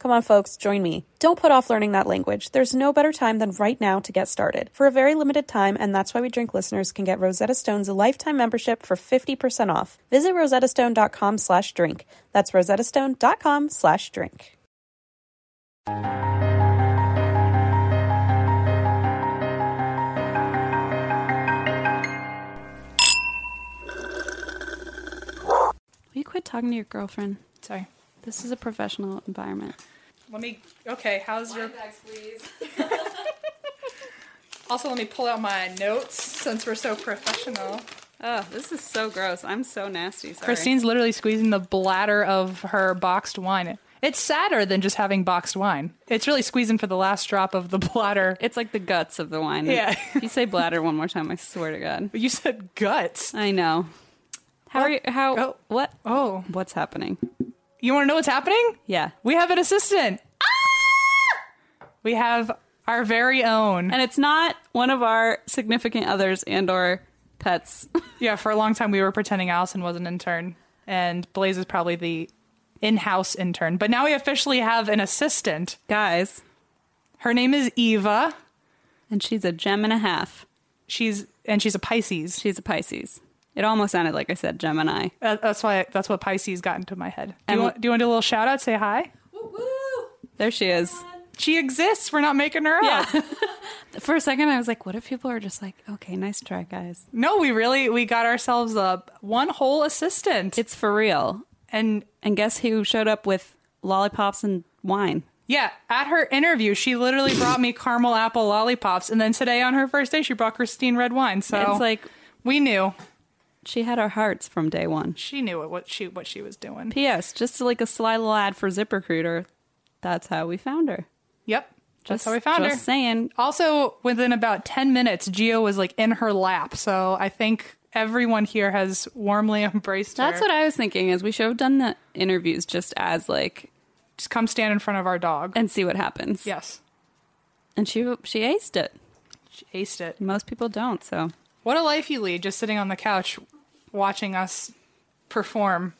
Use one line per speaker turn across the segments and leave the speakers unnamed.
Come on, folks, join me. Don't put off learning that language. There's no better time than right now to get started. For a very limited time, and that's why we drink listeners can get Rosetta Stone's lifetime membership for 50% off. Visit rosettastone.com slash drink. That's rosettastone.com slash drink.
Will you quit talking to your girlfriend?
Sorry.
This is a professional environment.
Let me. Okay, how's your. also, let me pull out my notes since we're so professional.
Oh, this is so gross. I'm so nasty. Sorry.
Christine's literally squeezing the bladder of her boxed wine. It's sadder than just having boxed wine. It's really squeezing for the last drop of the bladder.
It's like the guts of the wine.
Yeah.
If you say bladder one more time, I swear to God.
You said guts.
I know. How are you? How?
Oh.
What?
Oh,
What's happening?
you want to know what's happening?
Yeah.
We have an assistant. Ah! We have our very own.
And it's not one of our significant others and or pets.
Yeah, for a long time we were pretending Allison was an intern, and Blaze is probably the in-house intern. But now we officially have an assistant.
Guys.
Her name is Eva.
And she's a gem and a half.
She's and she's a Pisces.
She's a Pisces. It almost sounded like I said Gemini.
Uh, That's why that's what Pisces got into my head. Do
And-
you, want, do you want to do a little shout out? Say hi.
There she is.
She exists. We're not making her up.
For a second, I was like, what if people are just like, okay, nice try, guys.
No, we really we got ourselves a one whole assistant.
It's for real.
and
And guess who showed up with lollipops and wine?
Yeah, at her interview, she literally brought me caramel apple lollipops, and then today on her first day, she brought Christine red wine. So
It's like-
we knew
She had our hearts from day one.
she knew what, what she what she was doing.
P.S. Just like a sly little ad for ZipRecruiter, that's how we found her.
Yep, that's
Just-
how we found her.
Just saying.
Also, within about ten minutes, Gio was like in her lap. So I think everyone here has warmly embraced
That's
her.
what I was thinking is we should have done the interviews just as like
Just come stand in front of our dog.
and see what happens.
yes,
And she she aced it.
she aced it.
Most people don't, so
What a life you lead, just sitting on the couch, watching us perform.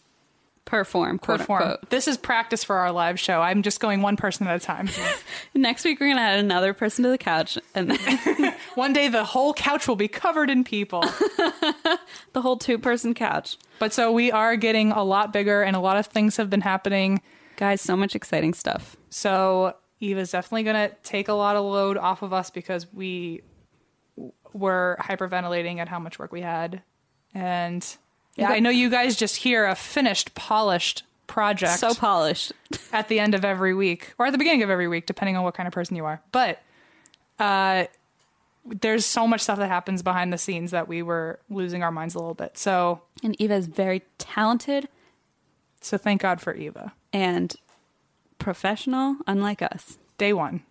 perform, quote
Perform.
unquote.
This is practice for our live show. I'm just going one person at a time.
Next week we're gonna add another person to the couch and then
One day the whole couch will be covered in people.
the whole two person couch.
but so we are getting a lot bigger and a lot of things have been happening.
Guys, so much exciting stuff.
So Eva's definitely going to take a lot of load off of us because we w- were hyperventilating at how much work we had. And yeah, I know you guys just hear a finished, polished project
So polished.
at the end of every week or at the beginning of every week, depending on what kind of person you are. But uh, there's so much stuff that happens behind the scenes that we were losing our minds a little bit. So
And Eva is very talented
So thank God for Eva.
and professional, unlike us.
Day one.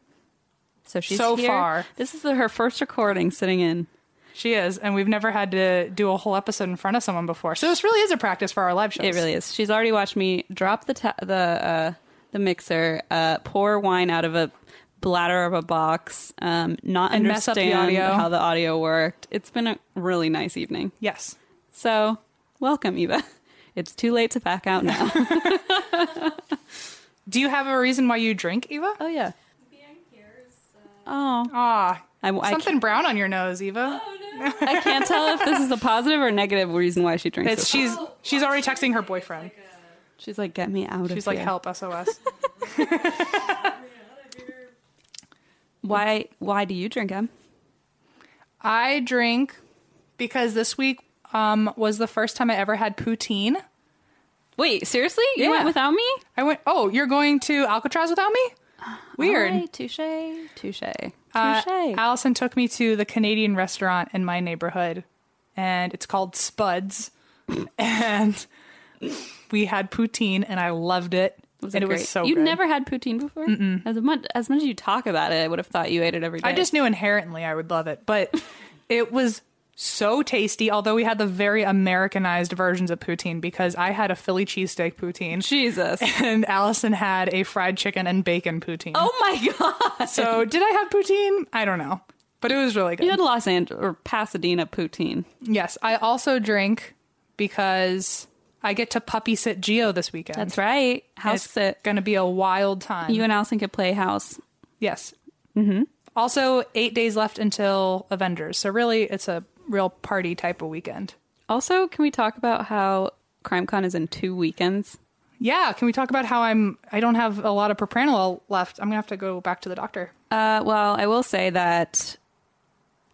So she's
So
here.
far.
This is the, her first recording sitting in.
She is, and we've never had to do a whole episode in front of someone before. So this really is a practice for our live shows.
It really is. She's already watched me drop the ta- the uh, the mixer, uh, pour wine out of a bladder of a box, um, not
And mess up the
understand
audio.
how the audio worked. It's been a really nice evening.
Yes.
So welcome, Eva. It's too late to back out now.
Do you have a reason why you drink, Eva?
oh yeah.
Ah,
Oh. I, I Oh,
something brown on your nose, Eva.
I can't tell if this is a positive or negative reason why she drinks.
It's
it.
she's she's already texting her boyfriend.
she's like, get me out of
She's like,
here."
"Help, SOS."
Why? Why do you drink em?
I drink because this week um, was the first time I ever had poutine.
Wait, seriously? You
Yeah.
went without me?
I went, "Oh, you're going to Alcatraz without me?" Weird.
Alright, Touche. Touche. Touche.
Uh, Allison took me to the Canadian restaurant in my neighborhood, and it's called Spuds. and we had poutine, and I loved it. and it was so
You
good.
never had poutine before? As much as much as you talk about it, I would have thought you ate it every day.
I just knew inherently I would love it, but it was so tasty. Although we had the very Americanized versions of poutine because I had a Philly cheesesteak poutine.
Jesus.
And Allison had a fried chicken and bacon poutine.
oh my god.
So did I have poutine? I don't know, but it was really good.
You had Los Angeles or Pasadena poutine.
Yes, I also drink because I get to puppy sit Geo this weekend.
That's right.
And
House
it's
sit.
Going to be a wild time.
You and Allison could play house.
yes. Mm-hmm. Also, eight days left until Avengers, so really, it's a real party type of weekend.
Also, can we talk about how CrimeCon is in two weekends?
Yeah, can we talk about how I'm? I don't have a lot of propranolol left. I'm gonna have to go back to the doctor.
Uh, well, I will say that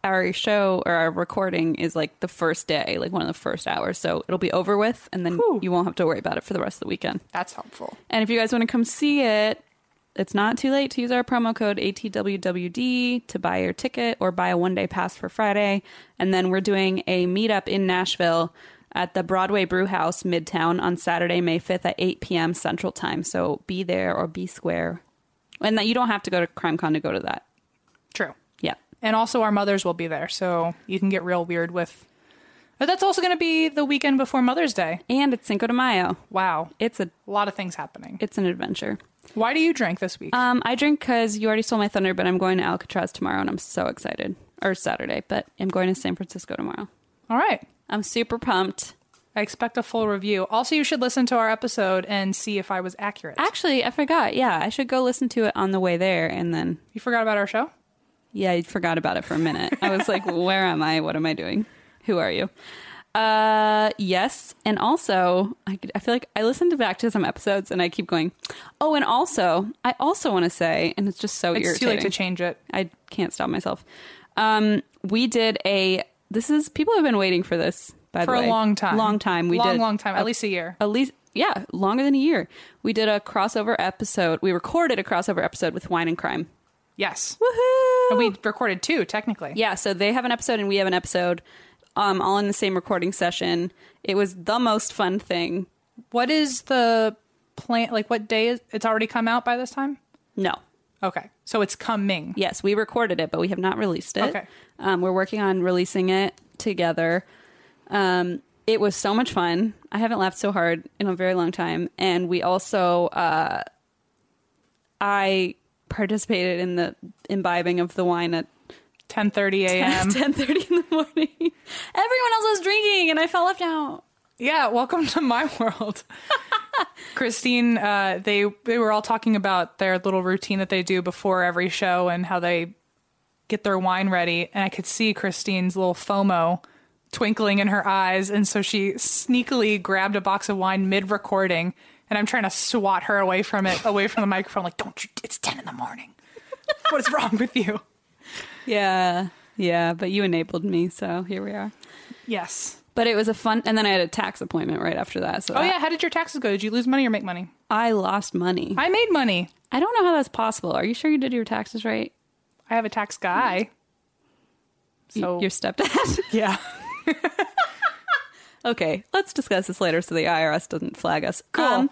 our show or our recording is like the first day, like one of the first hours. So it'll be over with, and then
Whew.
you won't have to worry about it for the rest of the weekend.
That's helpful.
And if you guys want to come see it, it's not too late to use our promo code ATWWD to buy your ticket or buy a one day pass for Friday. And then we're doing a meetup in Nashville at the Broadway Brew House Midtown on Saturday, May 5th at 8 p.m. Central Time. So be there or be square. And that you don't have to go to CrimeCon to go to that.
True.
Yeah.
And also, our mothers will be there, so you can get real weird with. But that's also gonna be the weekend before Mother's Day.
And it's Cinco de Mayo.
Wow,
It's a
a lot of things happening.
it's an adventure.
Why do you drink this week?
Um, I drink because you already stole my thunder, but I'm going to Alcatraz tomorrow, and I'm so excited. Or Saturday, but I'm going to San Francisco tomorrow.
All right.
I'm super pumped.
I expect a full review. Also, you should listen to our episode and see if I was accurate.
Actually, I forgot. Yeah, I should go listen to it on the way there, and then
You forgot about our show?
yeah, I forgot about it for a minute. I was like, where am I? What am I doing? Who are you? Uh, yes, and also I could, I feel like I listened back to some episodes, and I keep going. Oh, and also I also want to say, and it's just so
It's too
irritating.
late to change it.
I can't stop myself. Um, we did a. This is people have been waiting for this by
For
the way
a long time.
Long time. We
long,
did
long time. At least a year.
at least yeah longer than a year. We did a crossover episode. We recorded a crossover episode with Wine and Crime.
Yes.
Woohoo!
And we recorded two, technically.
yeah, so they have an episode and we have an episode, um, all in the same recording session. It was the most fun thing.
What is the plan? Like, what day is it's already come out by this time?
No,
Okay. So it's coming.
Yes, we recorded it, but we have not released it.
Okay.
Um, we're working on releasing it together. Um, it was so much fun. I haven't laughed so hard in a very long time. And we also, uh, I participated in the imbibing of the wine at
10:30 a.m.
10.30 in the morning. Everyone else was drinking and I felt left out.
Yeah, welcome to my world. Christine, uh, they they were all talking about their little routine that they do before every show and how they get their wine ready, and I could see Christine's little FOMO twinkling in her eyes, and so she sneakily grabbed a box of wine mid-recording, and I'm trying to swat her away from it, away from the microphone, like, "Don't you? It's ten in the morning. What is wrong with you?"
Yeah. Yeah, but you enabled me, so here we are.
Yes.
But it was a fun, and then I had a tax appointment right after that. So
Oh
that-
yeah. How did your taxes go? Did you lose money or make money?
I lost money.
I made money.
I don't know how that's possible. Are you sure you did your taxes right?
I have a tax guy.
Y-
So
your stepdad.
Yeah.
okay, let's discuss this later so the IRS doesn't flag us. Um,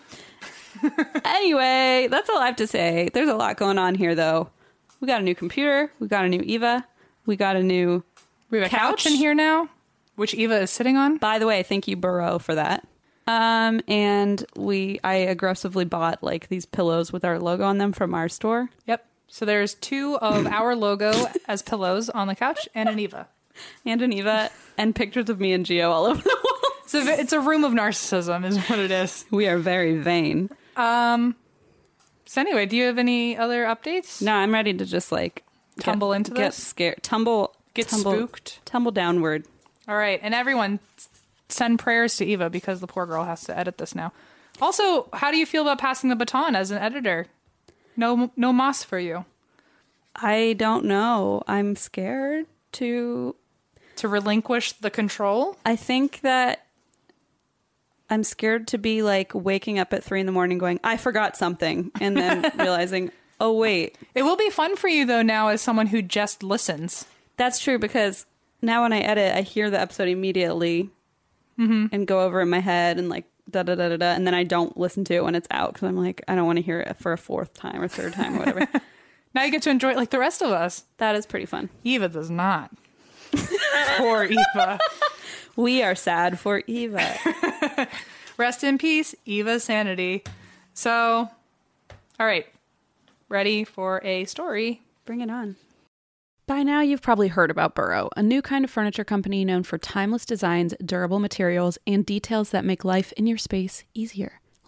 Cool.
anyway, that's all I have to say. There's a lot going on here, though. We got a new computer. We got a new Eva. We got a new.
We have a
Couch?
couch, in here now, which Eva is sitting on.
By the way, thank you, Burrow, for that. Um, and we I aggressively bought like these pillows with our logo on them from our store.
Yep. So there's two of our logo as pillows on the couch and an Eva.
And an Eva and pictures of me and Gio all over the wall.
It's a it's a room of narcissism, is what it is.
We are very vain.
Um, So anyway, do you have any other updates?
No, I'm ready to just like get-
Tumble into
get
this?
scared, tumble,
Get
tumble,
spooked?
tumble downward.
All right, and everyone s- send prayers to Eva because the poor girl has to edit this now. Also, how do you feel about passing the baton as an editor? No, no moss for you
I don't know. I'm scared to.
to relinquish the control.
I think that I'm scared to be like waking up at three in the morning going, I forgot something, and then realizing, oh wait,
It will be fun for you though now as someone who just listens.
That's true because now when I edit, I hear the episode immediately
Mm-hmm.
and go over in my head and like da da da da da, and then I don't listen to it when it's out because I'm like I don't want to hear it for a fourth time or third time or whatever.
Now you get to enjoy it like the rest of us.
that is pretty fun.
Eva does not. poor Eva.
We are sad for Eva.
Rest in peace, Eva Sanity. So, all right. Ready for a story?
Bring it on.
By now, you've probably heard about Burrow, a new kind of furniture company known for timeless designs, durable materials, and details that make life in your space easier.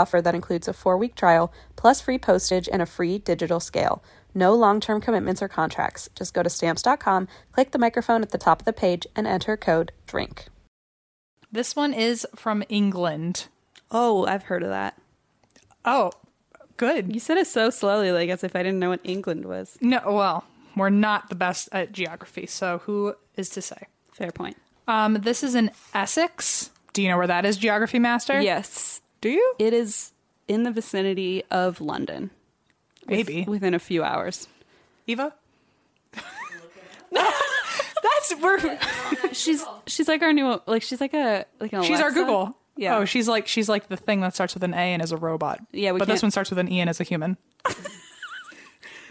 offer that includes a four week trial, plus free postage and a free digital scale. No long term commitments or contracts. Just go to stamps.com, click the microphone at the top of the page, and enter code DRINK.
This one is from England.
Oh, I've heard of that.
Oh, good.
You said it so slowly, like as if I didn't know what England was.
No, well, we're not the best at geography, so who is to say?
Fair point.
Um, this is in Essex. Do you know where that is, Geography Master?
Yes,
Do you?
it is in the vicinity of London.
Maybe.
within a few hours.
Eva? That's we're
She's she's like our new like she's like a like an
she's our
Alexa.
Google.
Yeah.
Oh, she's like she's like the thing that starts with an A and is a robot.
Yeah, we
but this
can't-
one starts with an E and is a human.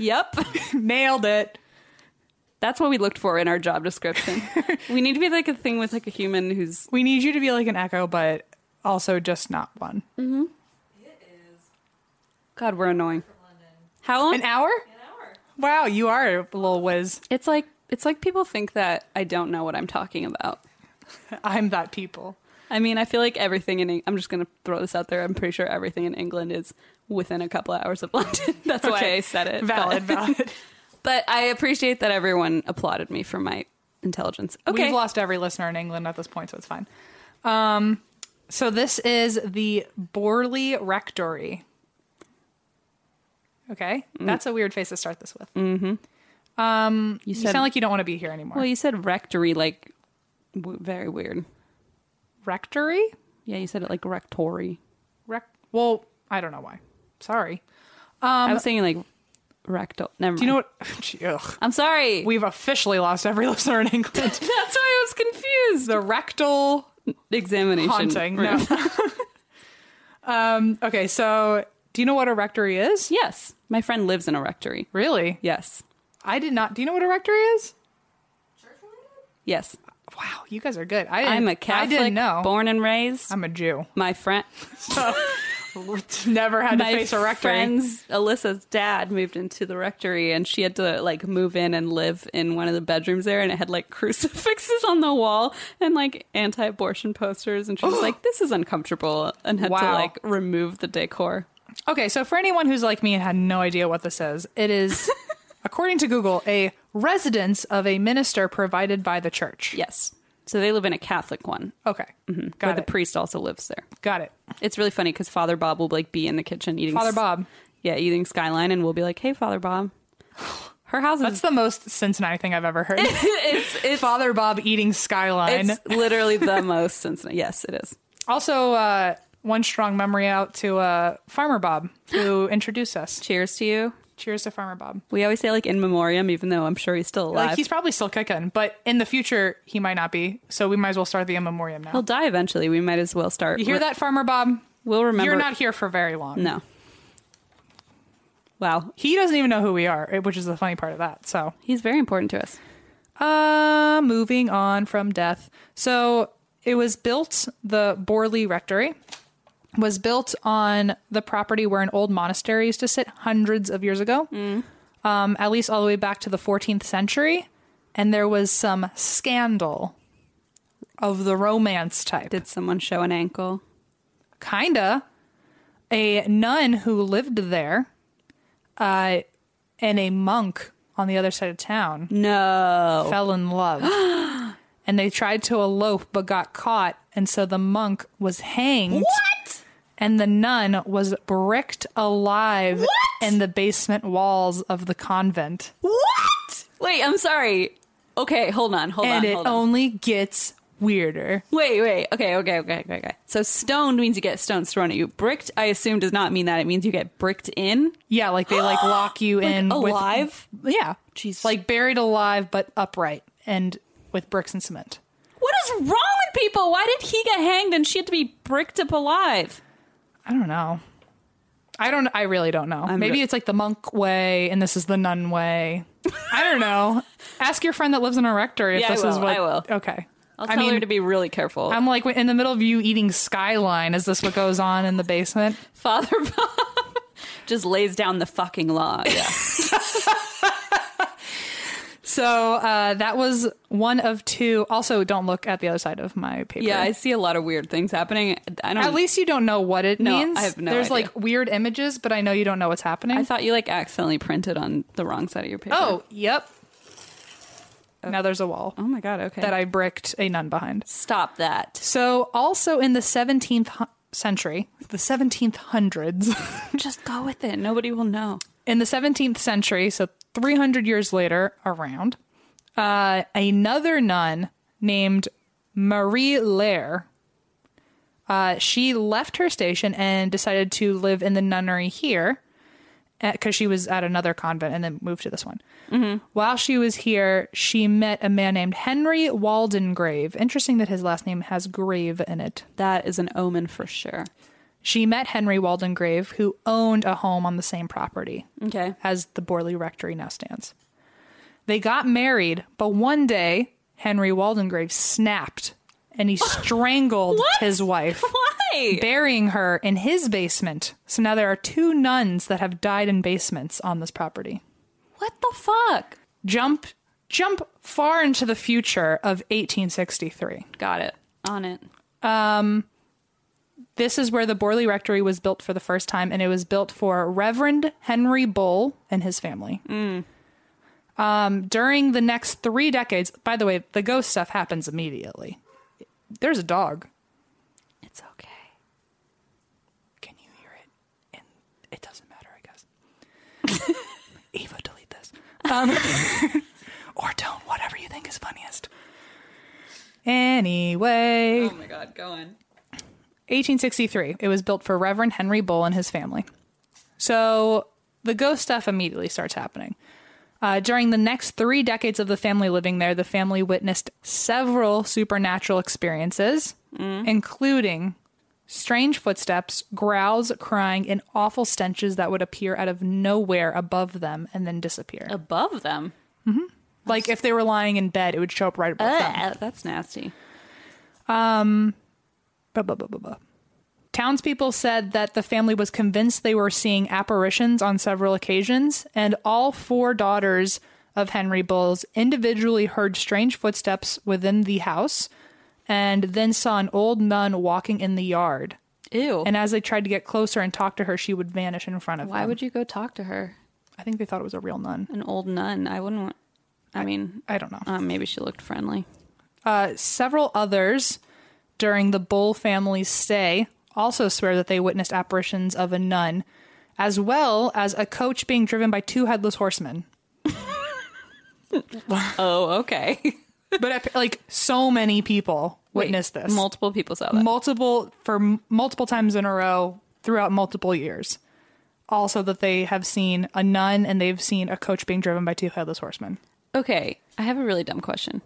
Yep.
Nailed it.
That's what we looked for in our job description. we need to be like a thing with like a human who's
We need you to be like an Echo, but also just not one.
God, we're annoying. How long?
An hour? An hour. Wow, you are a little whiz.
It's like it's like people think that I don't know what I'm talking about.
I'm that people.
I mean, I feel like everything in Eng- I'm just going to throw this out there. I'm pretty sure everything in England is within a couple of hours of London. That's why I said it.
Valid,
But,
valid.
but I appreciate that everyone applauded me for my intelligence. Okay.
We've lost every listener in England at this point, so it's fine. Um, so this is the Borley Rectory. Okay, that's a weird face to start this with. Mm. Mm-hmm. Um, you,
said-
sound like you don't want to be here anymore.
well, you said rectory like w- very weird.
Rectory?
Yeah, you said it like rectory.
Rec- well, I don't know why. Sorry.
I was saying like rectal. Never mind.
Um, Do you know what? Gee, Ugh.
I'm sorry.
We've officially lost every listener in England.
That's why I was confused.
the rectal
Examination.
haunting.
room.
No. um, okay, so do you know what a rectory is?
Yes. My friend lives in a rectory.
Really?
Yes.
I did not. Do you know what a rectory is?
Yes.
Wow, you guys are good. I didn't,
I'm a
I
Catholic,
didn't know.
born and raised.
I'm a Jew.
my friend,
So, never had to
my
face a rectory.
friend's Alyssa's dad moved into the rectory, and she had to like move in and live in one of the bedrooms there, and it had like crucifixes on the wall and like anti-abortion posters, and she was like, "This is uncomfortable," and had to
Wow.
like remove the decor.
Okay, so for anyone who's like me and had no idea what this is, it is, according to Google, a residence of a minister provided by the church.
Yes. So they live in a Catholic one.
Okay,
But
got
the
it.
priest also lives there.
got it.
It's really funny because Father Bob will like be in the kitchen eating
Father
s-
Bob.
yeah, eating skyline, and we'll be like, "Hey, Father Bob, her house
That's
is
the most Cincinnati thing I've ever heard.
it's it's
Father Bob eating skyline.
It's literally the most Cincinnati. Yes, it is.
Also, uh, one strong memory out to uh, Farmer Bob, who introduced us.
Cheers to you.
Cheers to Farmer Bob.
We always say like in memoriam, even though I'm sure he's still alive.
Like he's probably still kicking, but in the future he might not be. So we might as well start the in memoriam now.
He'll die eventually. We might as well start.
you hear that, Farmer Bob?
We'll remember.
You're not here for very long.
No. Wow,
He doesn't even know who we are, which is the funny part of that. So,
he's very important to us.
uh, moving on from death. So it was built. The Borley Rectory was built on the property where an old monastery used to sit hundreds of years ago. um, at least all the way back to the 14th century. And there was some scandal of the romance type.
Did someone show an ankle?
Kinda. A nun who lived there uh, and a monk on the other side of town
No.
fell in love. and they tried to elope but got caught. And so the monk was hanged.
What?
And the nun was bricked alive in the basement walls of the convent.
What? Wait, I'm sorry. Okay, hold on, hold
and
on,
it
hold on.
only gets weirder.
Wait, wait. Okay, okay, okay, okay, okay. So stoned means you get stones thrown at you. Bricked, I assume, does not mean that. It means you get bricked in.
Yeah, like they like lock you in with-
alive?
yeah,
Jesus.
like buried alive but upright and with bricks and cement.
What is wrong with people? Why did he get hanged and she had to be bricked up alive?
I don't know. I don't. I really don't know. Maybe
re-
it's like the monk way, and this is the nun way. I don't know. Ask your friend that lives in a rectory if
Yeah, I
this is
will,
what.
I will.
Okay.
I'll
I
tell her to be really careful.
I'm like in the middle of you eating skyline. Is this what goes on in the basement?
Father Bob just lays down the fucking law. Yeah.
So uh, that was one of two. Also, don't look at the other side of my paper.
yeah, I see a lot of weird things happening. I don't
At least you don't know what it
Um, No,
means.
I have no
There's
idea.
like weird images, but I know you don't know what's happening.
I thought you like accidentally printed on the wrong side of your paper.
oh, yep. Now there's a wall
Oh my god, okay.
that I bricked a nun behind.
stop that.
So also in the 17th hu- century, the 17th hundreds,
Just go with it. Nobody will know.
in the 17th century, so 300 years later, around, uh, another nun named Marie Lair. Uh, she left her station and decided to live in the nunnery here because she was at another convent and then moved to this one. While she was here, she met a man named Henry Waldengrave. Interesting that his last name has grave in it.
That is an omen for sure.
She met Henry Waldengrave, who owned a home on the same property
Okay.
as the Borley Rectory now stands. They got married, but one day Henry Waldengrave snapped and he strangled
What?
his wife,
Why?
burying her in his basement. So now there are two nuns that have died in basements on this property.
What the fuck?
Jump jump far into the future of 1863.
Got it. On it.
Um, this is where the Borley Rectory was built for the first time, and it was built for Reverend Henry Bull and his family. Um, during the next three decades, by the way, the ghost stuff happens immediately. There's a dog. It's okay. Can you hear it? And it doesn't matter, I guess. Eva, delete this. Um, or don't, whatever you think is funniest. Anyway.
Oh my god, go on.
1863. It was built for Reverend Henry Bull and his family. So the ghost stuff immediately starts happening. Uh, during the next three decades of the family living there, the family witnessed several supernatural experiences, including strange footsteps, growls, crying, and awful stenches that would appear out of nowhere above them and then disappear.
Above them.
like if they were lying in bed, it would show up right above them.
Ugh, that's nasty.
Blah, blah, blah, blah, blah. Townspeople said that the family was convinced they were seeing apparitions on several occasions, and all four daughters of Henry Bulls individually heard strange footsteps within the house and then saw an old nun walking in the yard.
Ew.
And as they tried to get closer and talk to her, she would vanish in front of
Why
them.
would you go talk to her?
I think they thought it was a real nun.
An old nun. I wouldn't want. I mean,
I don't know.
um, maybe she looked friendly.
Uh, several others during the Bull family's stay also swear that they witnessed apparitions of a nun, as well as a coach being driven by two headless horsemen.
Oh, okay.
But ap- like so many people witnessed this,
Multiple people saw that.
multiple for m- multiple times in a row throughout multiple years. Also, that they have seen a nun and they've seen a coach being driven by two headless horsemen.
okay, I have a really dumb question.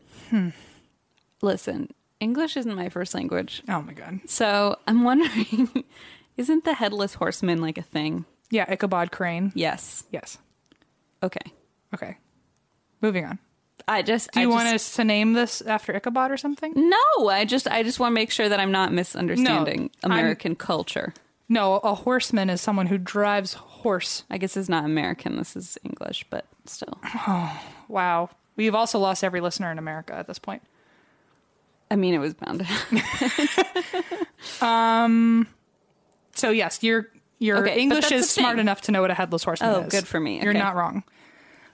Listen, English isn't my first language,
Oh my god!
so I'm wondering, isn't the headless horseman like a thing?
Yeah, Ichabod Crane.
Yes.
Yes.
Okay.
Okay. Moving on.
I just.
Do you
I
want
just-
us to name this after Ichabod or something?
No, I just I just want to make sure that I'm not misunderstanding
I'm-
American culture.
No, a horseman is someone who drives horse.
I guess it's not American. This is English, but still.
Wow. We've also lost every listener in America at this point.
I mean, it was bound to happen.
So yes, your your
Okay, but
English
that's
is
a thing.
smart enough to know what a headless horseman
Oh,
is.
good for me.
You're
Okay.
not wrong.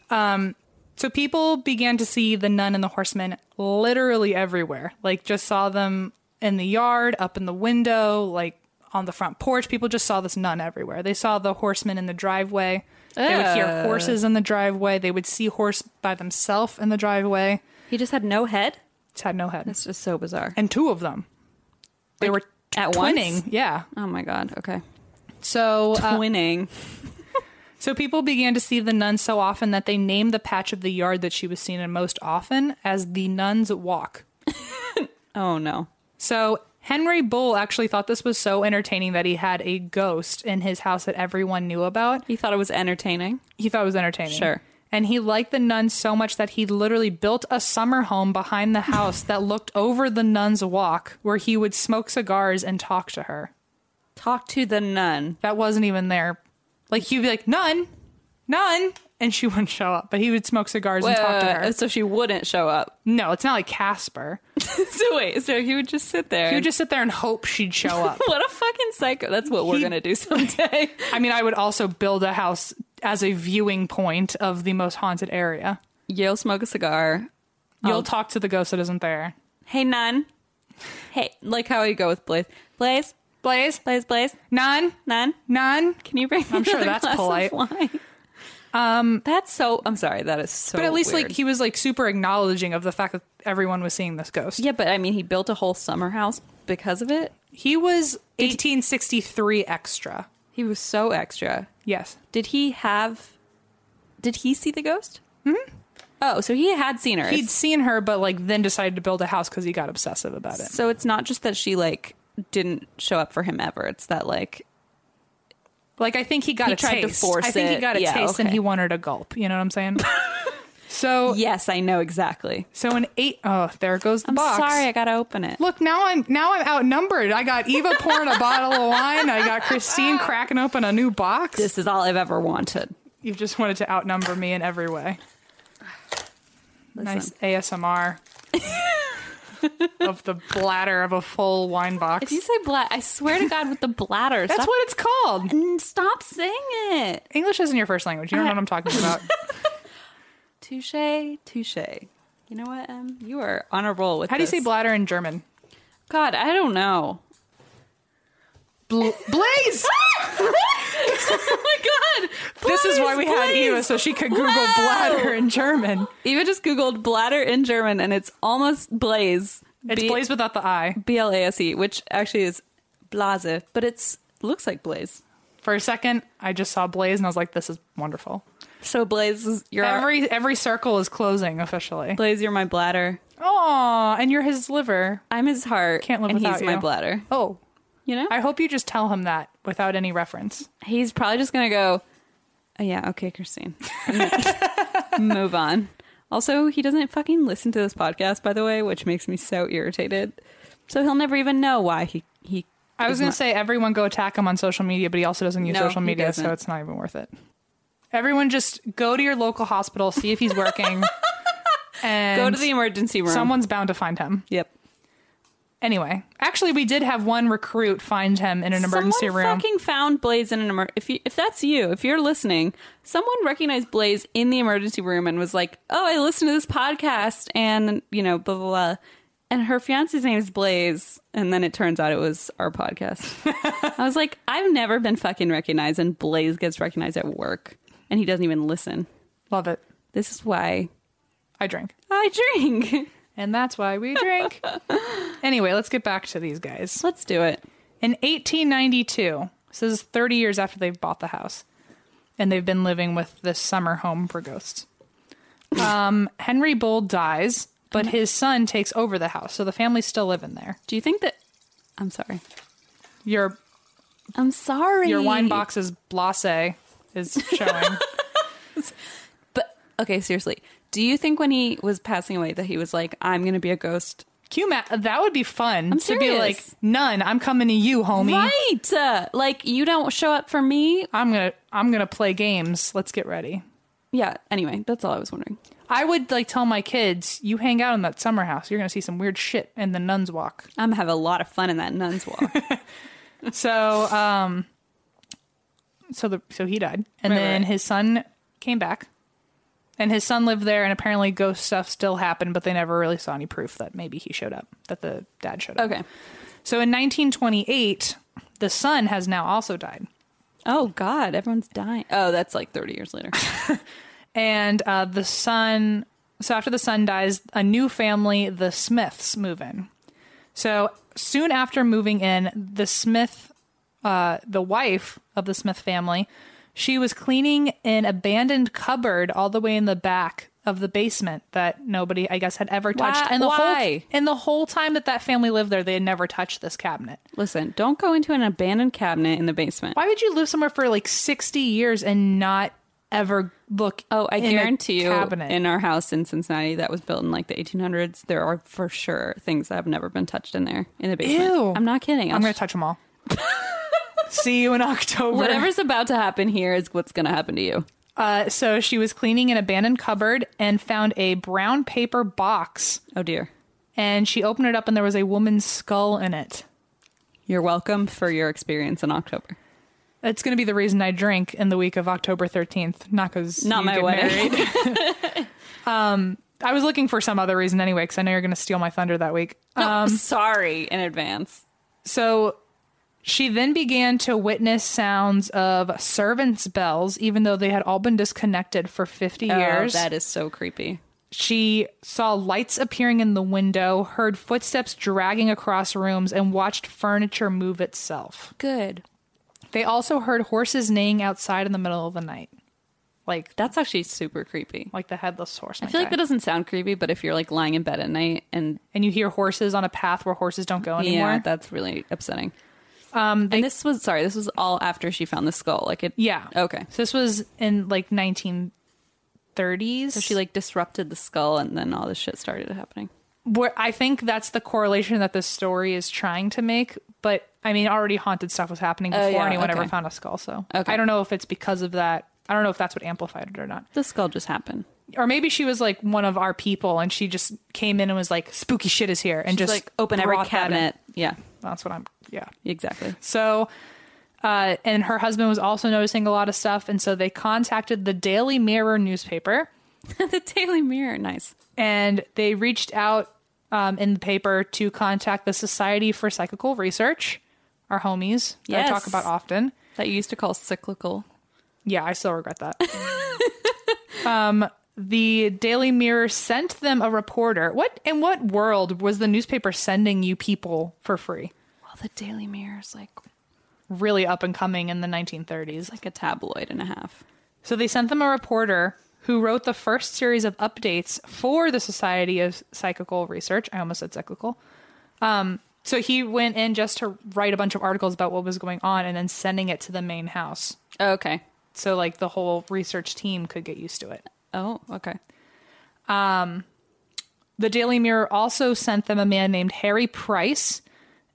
Um, so people began to see the nun and the horseman literally everywhere. Like just saw them in the yard, up in the window, like on the front porch. People just saw this nun everywhere. They saw the horseman in the driveway. They would
Oh.
hear horses in the driveway. They would see horse by themselves in the driveway.
He just had no head.
It's had no head.
It's just so bizarre.
and two of them. They were t-
at
twinning.
once?
Yeah.
Oh my god. Okay.
So uh,
Twinning.
so people began to see the nun so often that they named the patch of the yard that she was seen in most often as the Nun's Walk.
Oh no.
So Henry Bull actually thought this was so entertaining that he had a ghost in his house that everyone knew about.
He thought it was entertaining.
He thought it was entertaining.
Sure.
And he liked the nun so much that he literally built a summer home behind the house that looked over the nun's walk where he would smoke cigars and talk to her.
Talk to the nun.
that wasn't even there. Like he'd be like, none, none, and she wouldn't show up. But he would smoke cigars and talk to her.
Uh, so she wouldn't show up.
no, it's not like Casper.
so wait. So he would just sit there.
He would
and-
just sit there and hope she'd show up.
What a fucking psycho. That's what we're
He-
gonna do someday.
I mean, I would also build a house as a viewing point of the most haunted area.
You'll smoke a cigar.
You'll
Oh.
talk to the ghost that isn't there.
Hey nun. Hey, like how you go with Blaze. Blaze.
Blaze,
Blaze. Blaze.
none,
Nun.
none.
Can you bring?
I'm sure
another
that's
glass of
polite.
wine? that's so. I'm sorry. That is so.
But at least
weird.
like he was like super acknowledging of the fact that everyone was seeing this ghost.
Yeah, but I mean, he built a whole summer house because of it.
He was 1863 extra.
He was so extra.
Yes.
Did he have? Did he see the ghost? Mm-hmm. Oh, so he had seen her.
He'd
It's-
seen her, but like then decided to build a house because he got obsessive about it.
so it's not just that she like didn't show up for him ever. It's that like
Like I think he got
He
a
tried to
taste.
force
I think he
it.
got a
Yeah,
taste and
okay.
he wanted a gulp. You know what I'm saying? so
yes, I know exactly.
so an eight oh there goes the
I'm
box.
sorry, I gotta open it.
Look now I'm now I'm outnumbered. I got Eva pouring a bottle of wine. I got Christine cracking open a new box.
This is all I've ever wanted.
you just wanted to outnumber me in every way. Nice ASMR. of the bladder of a full wine box.
If you say bladder, I swear to God, with the bladder,
That's
stop,
what it's called.
Mm, stop saying it.
English isn't your first language. You don't know what I'm talking about.
Touche, touche. You know what, Em? You are on a roll with
How do you say
this.
bladder in German?
God, I don't know.
Bl- Blaze!
oh my God.
this is why we had
Blaze,
Eva so she could Google
Wow.
bladder in German.
Eva just Googled bladder in German and it's almost blaze.
It's
B-
blaze without the I.
B L A S E, which actually is blase, but it's looks like blaze.
For a second, I just saw blaze and I was like, this is wonderful.
So blaze is your
Every every circle is closing officially.
blaze. You're my bladder.
Oh, and you're his liver.
I'm his heart.
Can't live
and
without
he's my
you.
bladder.
Oh,
You know,
I hope you just tell him that without any reference.
he's probably just gonna go. Oh, yeah, okay, Christine. Move on. Also, he doesn't fucking listen to this podcast, by the way, which makes me so irritated. So he'll never even know why he he.
I was
is
going
not-
to say everyone go attack him on social media, but he also doesn't use
No,
social
he
media,
doesn't.
so it's not even worth it. Everyone just go to your local hospital, see if he's working, and
go to the emergency room.
someone's bound to find him.
Yep.
Anyway, actually, we did have one recruit find him in an emergency
someone
room.
fucking found Blaze in an emer. If you, if that's you, if you're listening, someone recognized Blaze in the emergency room and was like, "Oh, I listened to this podcast," and you know, blah blah blah. And her fiance's name is Blaze, and then it turns out it was our podcast. I was like, I've never been fucking recognized, and Blaze gets recognized at work, and he doesn't even listen.
Love it.
This is why
I drink,
I drink.
and that's why we drink. anyway, let's get back to these guys.
Let's do it.
In 1892, so this is 30 years after they've bought the house, and they've been living with this summer home for ghosts. Um, Henry Bold dies, but his son takes over the house, so the family's still living there.
Do you think that? I'm sorry.
Your
I'm sorry.
your wine box's blase is showing.
But okay, seriously, do you think when he was passing away that he was like, "I'm going to be a ghost"?
Q Matt, that would be fun
I'm
to be like,
serious.
none. I'm coming to you, homie.
Right? Uh, like you don't show up for me?
I'm gonna I'm gonna play games. Let's get ready.
Yeah. Anyway, that's all I was wondering.
I would like tell my kids, you hang out in that summer house. You're gonna see some weird shit, and the nuns walk.
I'm gonna have a lot of fun in that nun's walk.
So, um, so the so he died, and
Right,
then
right.
his son came back, and his son lived there, and apparently ghost stuff still happened, but they never really saw any proof that maybe he showed up, that the dad showed up.
okay.
So in 1928, the son has now also died,
Oh God, everyone's dying. Oh, that's like 30 years later.
and uh, the son. So after the son dies, a new family, the Smiths, move in. So soon after moving in, the Smith, uh, the wife of the Smith family, she was cleaning an abandoned cupboard all the way in the back of the basement that nobody, I guess, had ever touched.
Why-
And the
why?
whole and the whole time that that family lived there, they had never touched this cabinet.
Listen, don't go into an abandoned cabinet in the basement.
Why would you live somewhere for like sixty years and not ever look?
Oh, I
in a
guarantee you,
cabinet?
in our house in Cincinnati that was built in like the 1800s, there are for sure things that have never been touched in there in the basement.
Ew.
I'm not kidding.
I'm
I'll
gonna touch them all. See you in October.
Whatever's about to happen here is what's going to happen to you.
Uh, so she was cleaning an abandoned cupboard and found a brown paper box.
Oh dear.
And she opened it up, and there was a woman's skull in it.
You're welcome for your experience in October.
That's going to be the reason I drink in the week of October 13th. Not because
Not my wedding.
um, I was looking for some other reason anyway, because I know you're going to steal my thunder that week. Uh,
Oh, sorry in advance.
So she then began to witness sounds of servants' bells, even though they had all been disconnected for 50 years.
Oh, that is so creepy.
She saw lights appearing in the window, heard footsteps dragging across rooms, and watched furniture move itself.
Good.
They also heard horses neighing outside in the middle of the night, like
That's actually super creepy.
like the headless horse.
I feel like that doesn't sound creepy, but if you're like lying in bed at night and
and you hear horses on a path where horses don't go anymore.
yeah, that's really upsetting. Um, and this was sorry, this was all after she found the skull. Like it.
yeah.
Okay.
So this was in like 1930s.
So she like disrupted the skull, and then all this shit started happening.
where I think that's the correlation that this story is trying to make. But I mean, already haunted stuff was happening before
Oh, yeah,
anyone ever
okay.
found a skull. So
Okay.
I don't know if it's because of that. I don't know if that's what amplified it or not.
The skull just happened.
or maybe she was like one of our people and she just came in and was like, spooky shit is here. And
Just
just
like open every
brought that in.
cabinet. Yeah,
That's what I'm, yeah.
exactly.
So, uh, and her husband was also noticing a lot of stuff. And so they contacted the Daily Mirror newspaper
the Daily Mirror, nice.
and they reached out um, in the paper to contact the Society for Psychical Research, our homies that I talk
Yes.
about often.
That you used to call cyclical.
Yeah, I still regret that. um, the Daily Mirror sent them a reporter. What in what world was the newspaper sending you people for free?
Well, the Daily Mirror is like
Really up and coming in the 1930s.
like a tabloid and a half.
So they sent them a reporter who wrote the first series of updates for the Society of Psychical Research. I almost said cyclical. Um, so he went in just to write a bunch of articles about what was going on and then sending it to the main house.
Oh, Okay.
So like the whole research team could get used to it.
Oh, okay.
The Daily Mirror also sent them a man named Harry Price,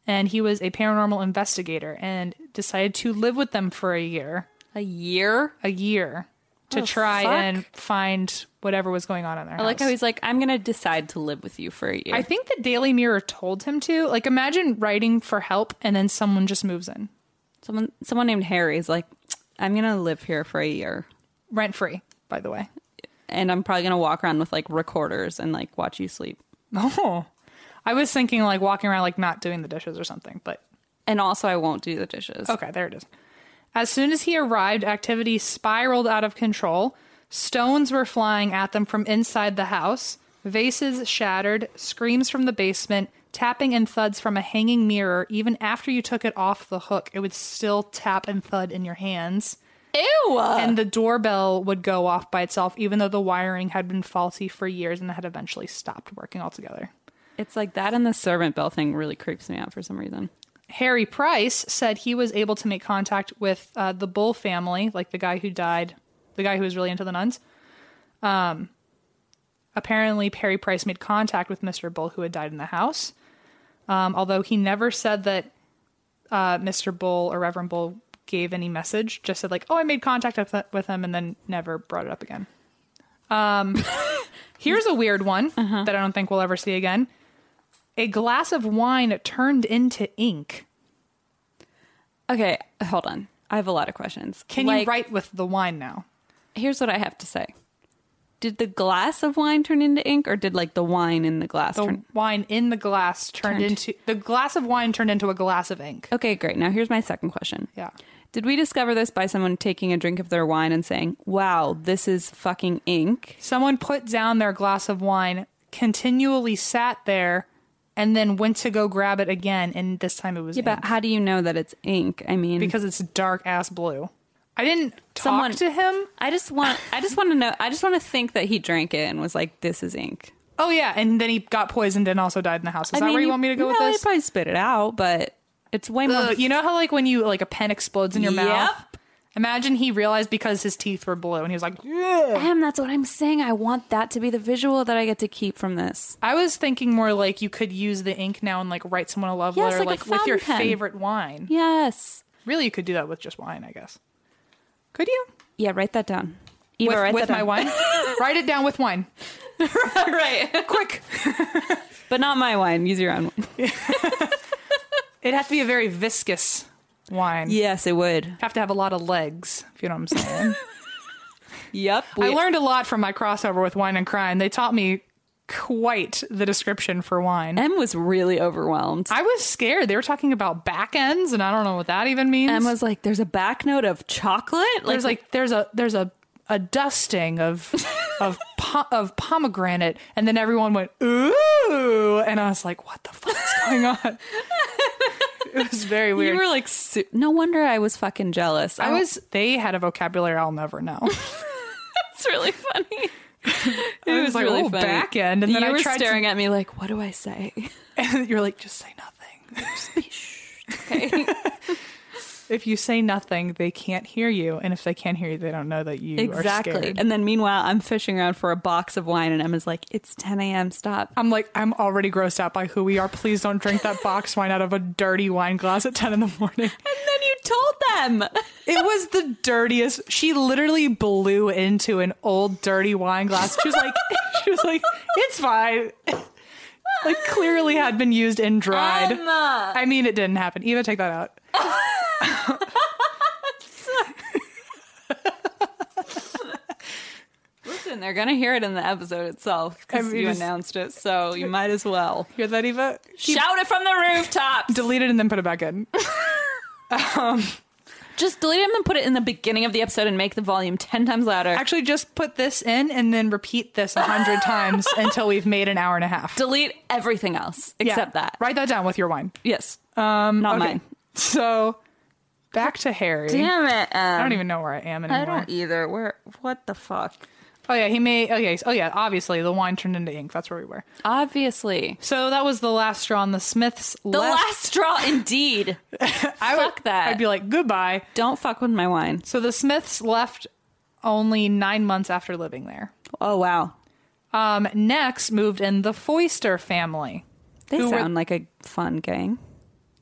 and he was a paranormal investigator and decided to live with them for a year,
A year.
a year, to try
Oh, fuck.
and find whatever was going on in their
I like
house.
how he's like, I'm gonna decide to live with you for a year.
I think the Daily Mirror told him to. Like, imagine writing for help and then someone just moves in
someone someone named Harry is like, I'm gonna live here for a year,
rent free, by the way.
and I'm probably gonna walk around with like recorders and like watch you sleep.
Oh, I was thinking like walking around, like not doing the dishes or something, but
And also, I won't do the dishes.
Okay, there it is. As soon as he arrived, activity spiraled out of control. Stones were flying at them from inside the house, vases shattered, screams from the basement, tapping and thuds from a hanging mirror. Even after you took it off the hook, it would still tap and thud in your hands.
Ew.
and the doorbell would go off by itself, even though the wiring had been faulty for years and had eventually stopped working altogether.
It's like that and the servant bell thing really creeps me out for some reason.
Harry Price said he was able to make contact with uh, the Bull family, like the guy who died, the guy who was really into the nuns. Um, apparently, Perry Price made contact with Mr. Bull, who had died in the house. Um, although he never said that uh, Mr. Bull or Reverend Bull gave any message, just said like, "Oh, I made contact with th- with him," and then never brought it up again. Um, here's a weird one that I don't think we'll ever see again. A glass of wine turned into ink.
Okay, hold on. I have a lot of questions.
Can you
Like,
write with the wine now?
Here's what I have to say. Did the glass of wine turn into ink, or did like the wine in the glass
The
turn?
wine in the glass turned,
Turned.
into the glass of wine turned into a glass of ink.
Okay, great. Now here's my second question.
Yeah.
Did we discover this by someone taking a drink of their wine and saying, "Wow, this is fucking ink"?
Someone put down their glass of wine, continually sat there, and then went to go grab it again, and this time it was
Yeah, but
ink.
how do you know that it's ink? I mean,
because it's dark ass blue. I didn't talk
Someone-
to him.
I just want I just want to know. I just want to think that he drank it and was like, "This is ink."
Oh yeah, and then he got poisoned and also died in the house. Is that where you, want me to go with
no,
this?
He probably spit it out, but it's way more.
Ugh, you know how like when you like a pen explodes in your mouth.
Yep.
Imagine he realized because his teeth were blue, and he was like, "Ugh."
Damn, that's what I'm saying. I want that to be the visual that I get to keep from this.
I was thinking more like you could use the ink now and like write someone a love
Yes,
letter,
like
like,
a
with your
fountain pen.
favorite wine.
Yes.
Really, you could do that with just wine, I guess. Could you?
Yeah, write that down. Eva,
with
write
with
that
my
down.
wine, write it down with wine.
right.
Quick!
but not my wine. Use your own one.
It'd have to be a very viscous wine.
Yes, it would.
Have to have a lot of legs, if you know what I'm saying.
Yep.
I learned a lot from my crossover with Wine and Crime. They taught me quite the description for wine.
Em was really overwhelmed.
I was scared. They were talking about back ends, and I don't know what that even means.
Em was like, "There's a back note of chocolate." Like,
there's like there's a there's a a dusting of of po- of pomegranate, and then everyone went ooh, and I was like, what the fuck is going on? it was very weird.
you were like, su- no wonder I was fucking jealous.
I was. They had a vocabulary I'll never know.
It's really funny.
I was like, "Oh, back end," and then
you
I
were
tried to-
staring at me like, "What do I say?"
and you're like, just say nothing.
Okay.
if you say nothing, they can't hear you, and if they can't hear you, they don't know that you are
Exactly.
scared.
And then meanwhile, I'm fishing around for a box of wine, and Emma's like, "It's 10 a.m. Stop."
I'm like, I'm already grossed out by who we are. Please don't drink that box wine out of a dirty wine glass at 10 in the morning.
And then you told them.
It was the dirtiest. She literally blew into an old dirty wine glass. She was like, she was like, it's fine. Like clearly had been used and dried.
Emma.
I mean, it didn't happen. Eva, take that out.
Listen, they're gonna hear it in the episode itself
I
because
mean,
you
just-
announced it, so you might as well
Hear that, Eva?
shout it from the rooftops.
Delete it and then put it back in.
Just delete them and put it in the beginning of the episode and make the volume 10 times louder.
Actually, just put this in and then repeat this a hundred times until we've made an hour and a half.
delete everything else
Yeah.
except that.
Write that down with your wine.
Yes. Um, Not
okay.
mine.
So back to Harry.
Damn it.
I don't even know where I am anymore.
I don't e- either. Where? What the fuck?
Oh yeah, he made. Okay, oh yeah, obviously the wine turned into ink. That's where we were.
Obviously,
So that was the last straw on the Smiths.
the last straw, indeed.
I would-
fuck that.
I'd be like goodbye.
don't fuck with my wine.
So the Smiths left only nine months after living there.
Oh wow,
Um, next moved in the Foister family.
they
Who were-
sound like a fun gang.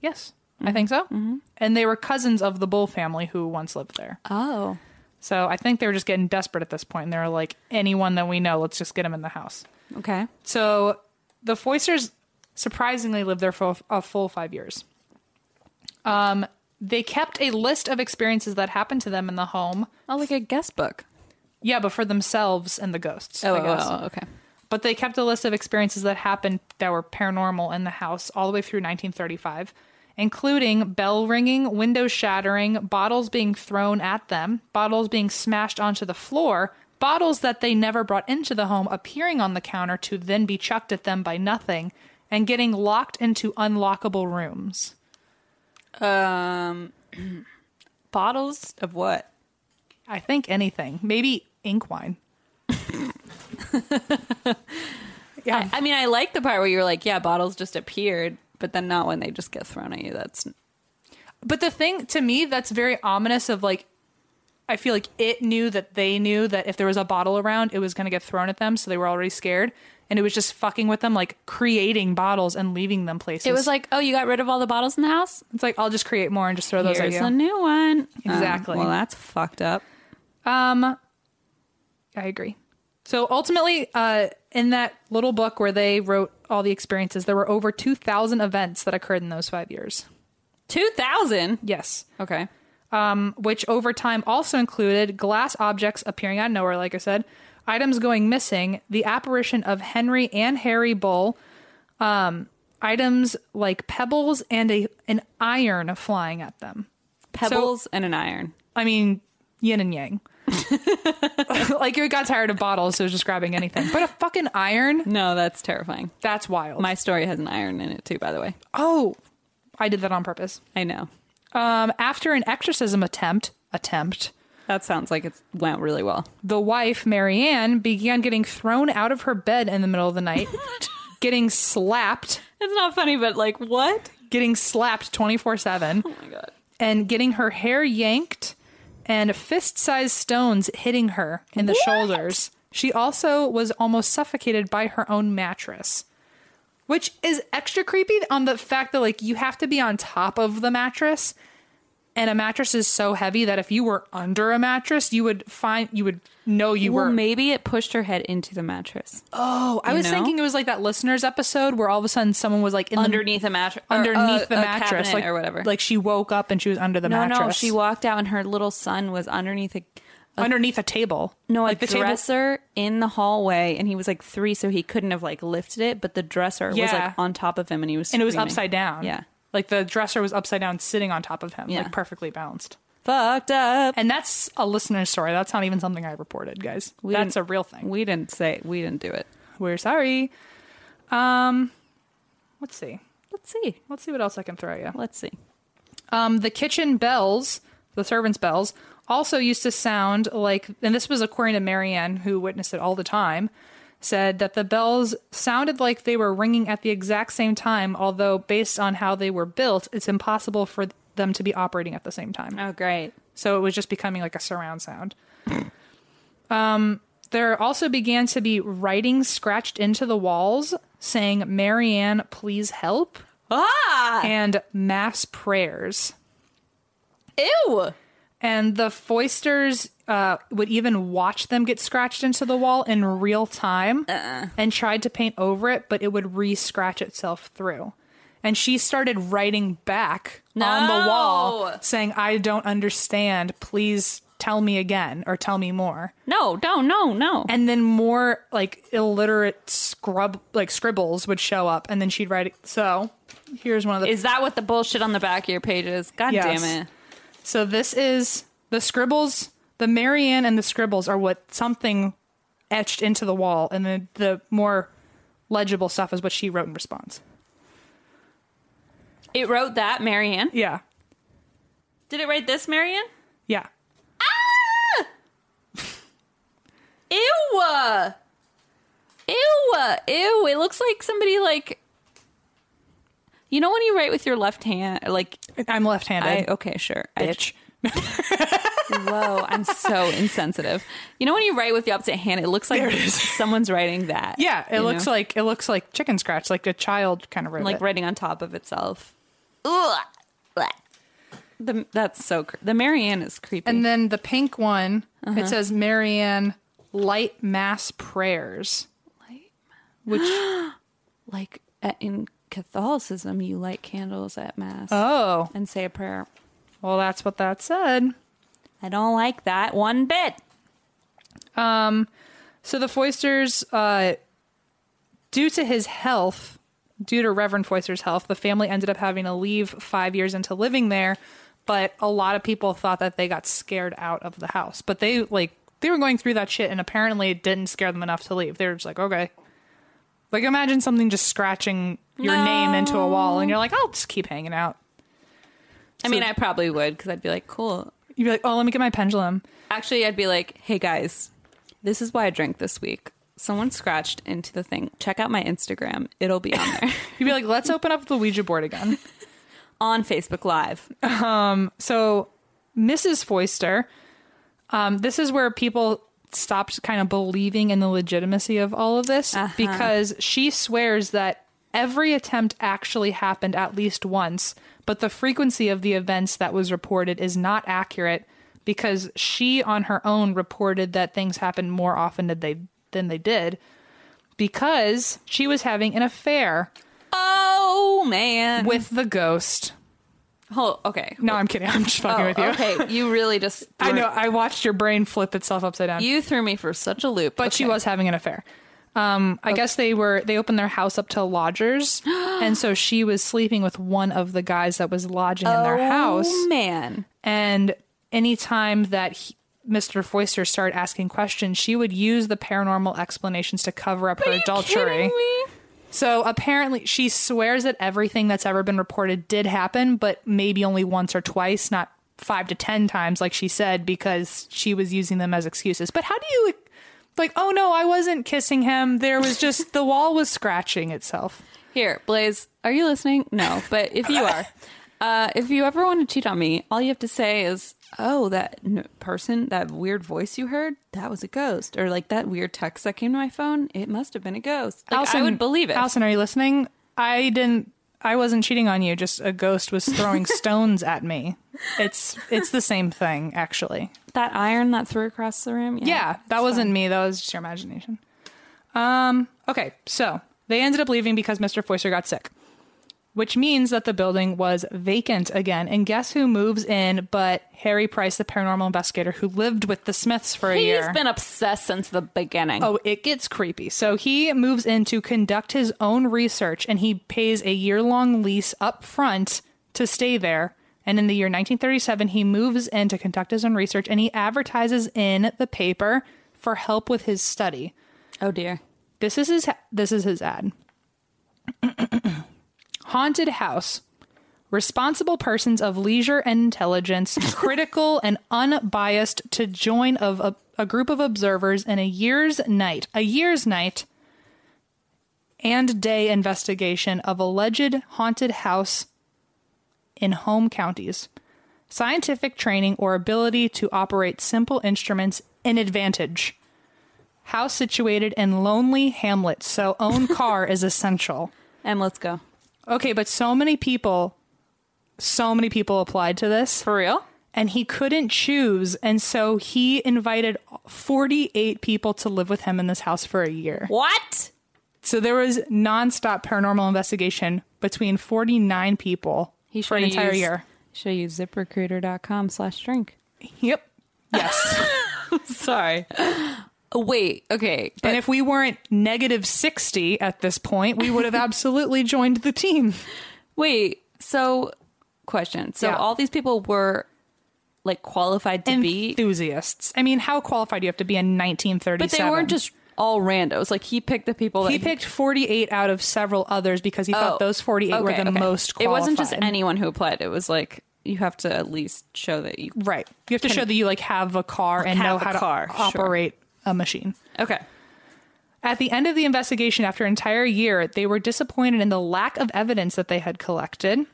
Yes,
Mm-hmm.
I think so. And they were cousins of the Bull family who once lived there.
Oh,
So I think they were just getting desperate at this point, and they were like, anyone that we know, let's just get him in the house.
okay.
So the Foisters surprisingly lived there for a full five years. Um, they kept a list of experiences that happened to them in the home.
Oh, like a guest book.
Yeah, but for themselves and the ghosts. I guess.
Oh, okay.
But they kept a list of experiences that happened that were paranormal in the house all the way through 1935, including bell ringing, windows shattering, bottles being thrown at them, bottles being smashed onto the floor, bottles that they never brought into the home appearing on the counter to then be chucked at them by nothing, and getting locked into unlockable rooms.
Um, bottles of what?
I think anything, maybe ink wine. yeah,
I mean, I like the part where you were like, yeah, bottles just appeared, but then not when they just get thrown at you. That's
But the thing to me that's very ominous of like, I feel like it knew that they knew that if there was a bottle around, it was going to get thrown at them. So they were already scared. And it was just fucking with them, like creating bottles and leaving them places.
it was like, oh, you got rid of all the bottles in the house.
it's like, I'll just create more and just throw those
Here's
at
a
you.
new one. Um,
Exactly.
well, that's fucked up.
Um, I agree. So ultimately, uh, in that little book where they wrote all the experiences, there were over 2,000 events that occurred in those five years.
Two thousand.
Yes.
Okay.
um, which over time also included glass objects appearing out of nowhere, like I said, items going missing, the apparition of Henry and Harry Bull, um, items like pebbles and a an iron flying at them.
Pebbles and an iron.
I mean, yin and yang. like you got tired of bottles, so it was just grabbing anything. But a fucking iron,
No, that's terrifying.
that's wild.
My story has an iron in it too, by the way.
oh, I did that on purpose.
I know.
Um, after an exorcism attempt, attempt,
That sounds like it went really well.
the wife, Marianne, began getting thrown out of her bed in the middle of the night, getting slapped,
It's not funny, but like what?
getting slapped 24 7,
Oh my god.
and getting her hair yanked and fist sized stones hitting her in the shoulders. She also was almost suffocated by her own mattress, which is extra creepy on the fact that, like, you have to be on top of the mattress. And a mattress is so heavy that if you were under a mattress, you would find you would know you
Well,
were
maybe it pushed her head into the mattress.
Oh, I was
know?
thinking it was like that listeners episode where all of a sudden someone was like in
Underneath a mattress.
the, underneath the
uh, a
mattress,
cabinet
like
or whatever.
Like she woke up and she was under the
no,
mattress.
no. She walked out and her little son was underneath a
underneath a table.
no
like
a dresser in the hallway, and he was like three, so he couldn't have like lifted it, but the dresser was
Yeah.
like on top of him, and he was
and it was
screaming.
upside down.
Yeah,
like the dresser was upside down, sitting on top of him,
Yeah.
like perfectly balanced.
fucked up.
And that's a listener story. That's not even something I reported, guys.
We
that's a
didn't-
real thing.
We didn't say we didn't do it.
We're sorry. Um, let's see.
Let's see.
Let's see what else I can throw you.
Let's see.
Um, the kitchen bells, the servants' bells, also used to sound like, and this was according to Marianne, who witnessed it all the time, said that the bells sounded like they were ringing at the exact same time, although based on how they were built, it's impossible for them to be operating at the same time.
Oh, great.
So it was just becoming like a surround sound. um, there also began to be writing scratched into the walls saying, Marianne, please help,
Ah!
and mass prayers.
Ew!
And the foisters uh, would even watch them get scratched into the wall in real time and tried to paint over it, but it would re scratch itself through. And she started writing back on the
No.
wall saying, I don't understand. Please tell me again or tell me more.
No, no, no, no.
And then more like illiterate scrub, like scribbles would show up. And then she'd write it. So here's one of the
Is that what the bullshit on the back of your page is? God
Yes.
damn it.
So this is the scribbles. The Marianne and the scribbles are what something etched into the wall, and then the more legible stuff is what she wrote in response.
It wrote that, Marianne.
Yeah,
Did it write this, Marianne?
yeah.
Ew! Ew! Ew! It looks like somebody like. You know when you write with your left hand, like
I'm left-handed.
I oh, okay, sure, I-
bitch.
whoa, I'm so insensitive. You know when you write with the opposite hand, it looks like
There it is.
someone's writing that.
yeah, it
you
looks
know?
like it looks like chicken scratch, like a child kind of wrote
like
it.
writing on top of itself. Ugh. Blech. The, that's so. Cr- the Marianne is creepy.
And then the pink one,
Uh-huh.
it says Marianne light mass prayers,
Light-
which
like uh, in Catholicism, you light candles at mass
oh,
and say a prayer.
well, that's what that said.
I don't like that one bit.
Um, So the Foisters, uh, due to his health, due to Reverend Foister's health, the family ended up having to leave five years into living there. But a lot of people thought that they got scared out of the house. But they like they were going through that shit, and apparently it didn't scare them enough to leave. They were just like, okay, like imagine something just scratching your name into a wall, and you're like, I'll just keep hanging out.
I mean, I probably would because I'd be like, cool.
You'd be like, oh, let me get my pendulum.
Actually, I'd be like, hey guys, this is why I drank this week. Someone scratched into the thing. Check out my Instagram. It'll be on there
You'd be like, let's open up the Ouija board again.
on Facebook Live.
so Mrs. Foister, um, this is where people stopped kind of believing in the legitimacy of all of this
Uh-huh.
because she swears that every attempt actually happened at least once, but the frequency of the events that was reported is not accurate because she on her own reported that things happened more often than they than they did because she was having an affair
Oh man.
with the ghost.
Hold, okay.
No, I'm kidding. I'm just fucking
Oh,
with you.
okay, you really just.
I know. I watched your brain flip itself upside down.
You threw me for such a loop.
but she
Okay.
was having an affair. Um, I guess they were they opened their house up to lodgers, and so she was sleeping with one of the guys that was lodging in their house.
Oh man.
And anytime that he, Mr. Foister started asking questions, she would use the paranormal explanations to cover up her adultery. So apparently, she swears that everything that's ever been reported did happen, but maybe only once or twice, not five to ten times, like she said, because she was using them as excuses. But how do you, like, oh no, I wasn't kissing him. There was just the wall was scratching itself.
Here, Blaze, are you listening? No, but if you are, uh, if you ever want to cheat on me, all you have to say is, "Oh, that n- person, that weird voice you heard, that was a ghost," or like that weird text that came to my phone, it must have been a ghost. Like, I would believe it.
Allison, are you listening? I didn't. I wasn't cheating on you. Just a ghost was throwing stones at me. It's it's the same thing, actually.
that iron that threw across the room. Yeah,
Yeah, that wasn't me. That was just your imagination. Um, okay, so they ended up leaving because Mr. Foister got sick, which means that the building was vacant again. And guess who moves in but Harry Price, the paranormal investigator who lived with the Smiths for a
He's
year?
been obsessed since the beginning.
Oh, it gets creepy. So he moves in to conduct his own research and he pays a year long lease up front to stay there. And in the year 1937, he moves in to conduct his own research and he advertises in the paper for help with his study.
oh dear.
This is his this is his ad. Haunted house. Responsible persons of leisure and intelligence, critical and unbiased to join of a, a group of observers in a year's night, a year's night and day investigation of alleged haunted house in home counties. Scientific training or ability to operate simple instruments an advantage. House situated in lonely hamlets, so own car is essential.
And let's go.
Okay, but so many people, so many people applied to this,
For real?
and he couldn't choose, and so he invited 48 people to live with him in this house for a year.
What?
So there was nonstop paranormal investigation between 49 people for an
shoulda
entire
used-
year.
Should I use ziprecruiter.com slash drink?
Yep. Yes.
Sorry. Wait, okay.
and if we weren't negative 60 at this point, we would have absolutely joined the team.
Wait, so question. So
Yeah.
all these people were like qualified to be
Enthusiasts. I mean, how qualified do you have to be in 1937?
But they weren't just all randos. Like he picked the people that
He picked 48 out of several others because he
Oh,
thought those 48 were
okay,
the
okay.
most qualified.
It wasn't just anyone who applied. It was like you have to at least show that you
Right. You have to show that you like have a car and know
have a
how
car,
to
sure.
operate a machine.
Okay.
At the end of the investigation, after an entire year, they were disappointed in the lack of evidence that they had collected,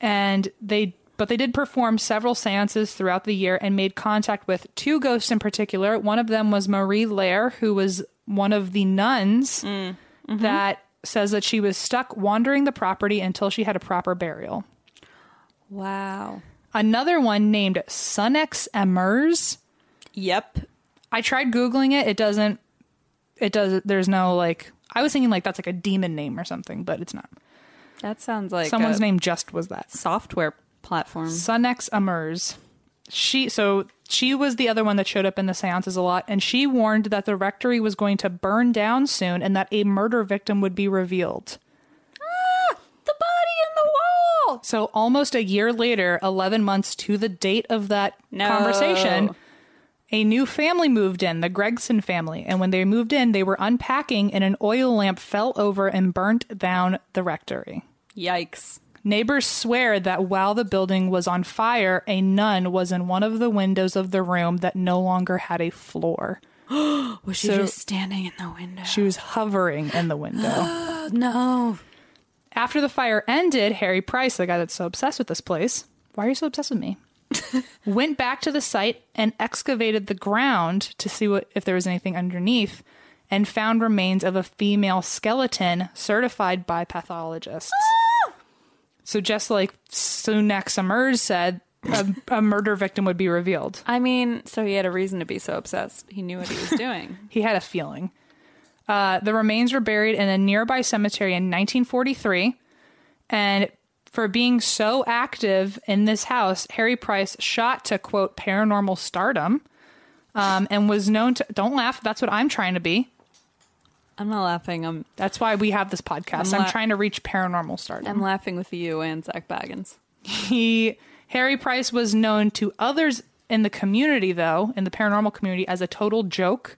and they but they did perform several seances throughout the year and made contact with two ghosts in particular. One of them was Marie Lair, who was one of the nuns that says that she was stuck wandering the property until she had a proper burial.
Wow.
Another one named Sunex Emers.
Yep.
I tried googling it. It doesn't. It does. There's no like. I was thinking like that's like a demon name or something, but it's not.
That sounds like
Someone's
a
name just was that.
software platform.
Sunex Amers. She so she was the other one that showed up in the seances a lot, and she warned that the rectory was going to burn down soon, and that a murder victim would be revealed.
Ah, The body in the wall.
So almost a year later, eleven months to the date of that
No.
conversation, a new family moved in, the Gregson family, and when they moved in, they were unpacking, and an oil lamp fell over and burnt down the rectory.
Yikes.
Neighbors swear that while the building was on fire, a nun was in one of the windows of the room that no longer had a floor.
Was she
So-
just standing in the window?
She was hovering in the window.
No.
After the fire ended, Harry Price, the guy that's so obsessed with this place, why are you so obsessed with me? went back to the site and excavated the ground to see what if there was anything underneath and found remains of a female skeleton certified by pathologists. so just like Sunak Summers said, a, a murder victim would be revealed.
I mean, so he had a reason to be so obsessed. He knew what he was doing.
He had a feeling. Uh, the remains were buried in a nearby cemetery in 1943. And for being so active in this house, Harry Price shot to quote paranormal stardom um, and was known to. Don't laugh. That's what I'm trying to be.
I'm not laughing. I'm
That's why we have this podcast.
I'm
I'm,
la-
trying to reach paranormal stardom.
I'm laughing with you and Zach Baggins.
He Harry Price was known to others in the community, though, in the paranormal community, as a total joke.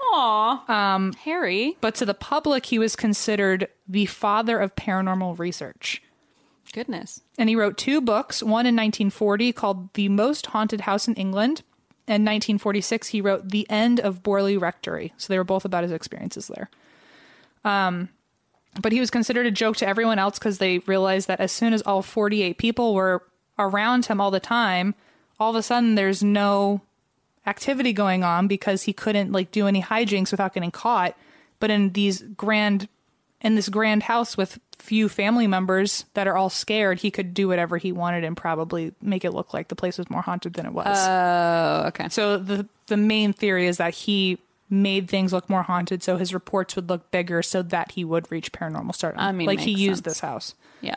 Aw. Um, Harry.
But to the public, he was considered the father of paranormal research.
Goodness.
And he wrote two books, one in 1940 called The Most Haunted House in England. In 1946, he wrote The End of Borley Rectory. So they were both about his experiences there. Um, but he was considered a joke to everyone else because they realized that as soon as all 48 people were around him all the time, all of a sudden there's no activity going on because he couldn't like do any hijinks without getting caught. But in these grand, in this grand house with few family members that are all scared, he could do whatever he wanted and probably make it look like the place was more haunted than it was.
Oh, okay.
so the the main theory is that he made things look more haunted, so his reports would look bigger, so that he would reach paranormal stardom.
I mean,
like he
makes
used
sense.
this house.
Yeah.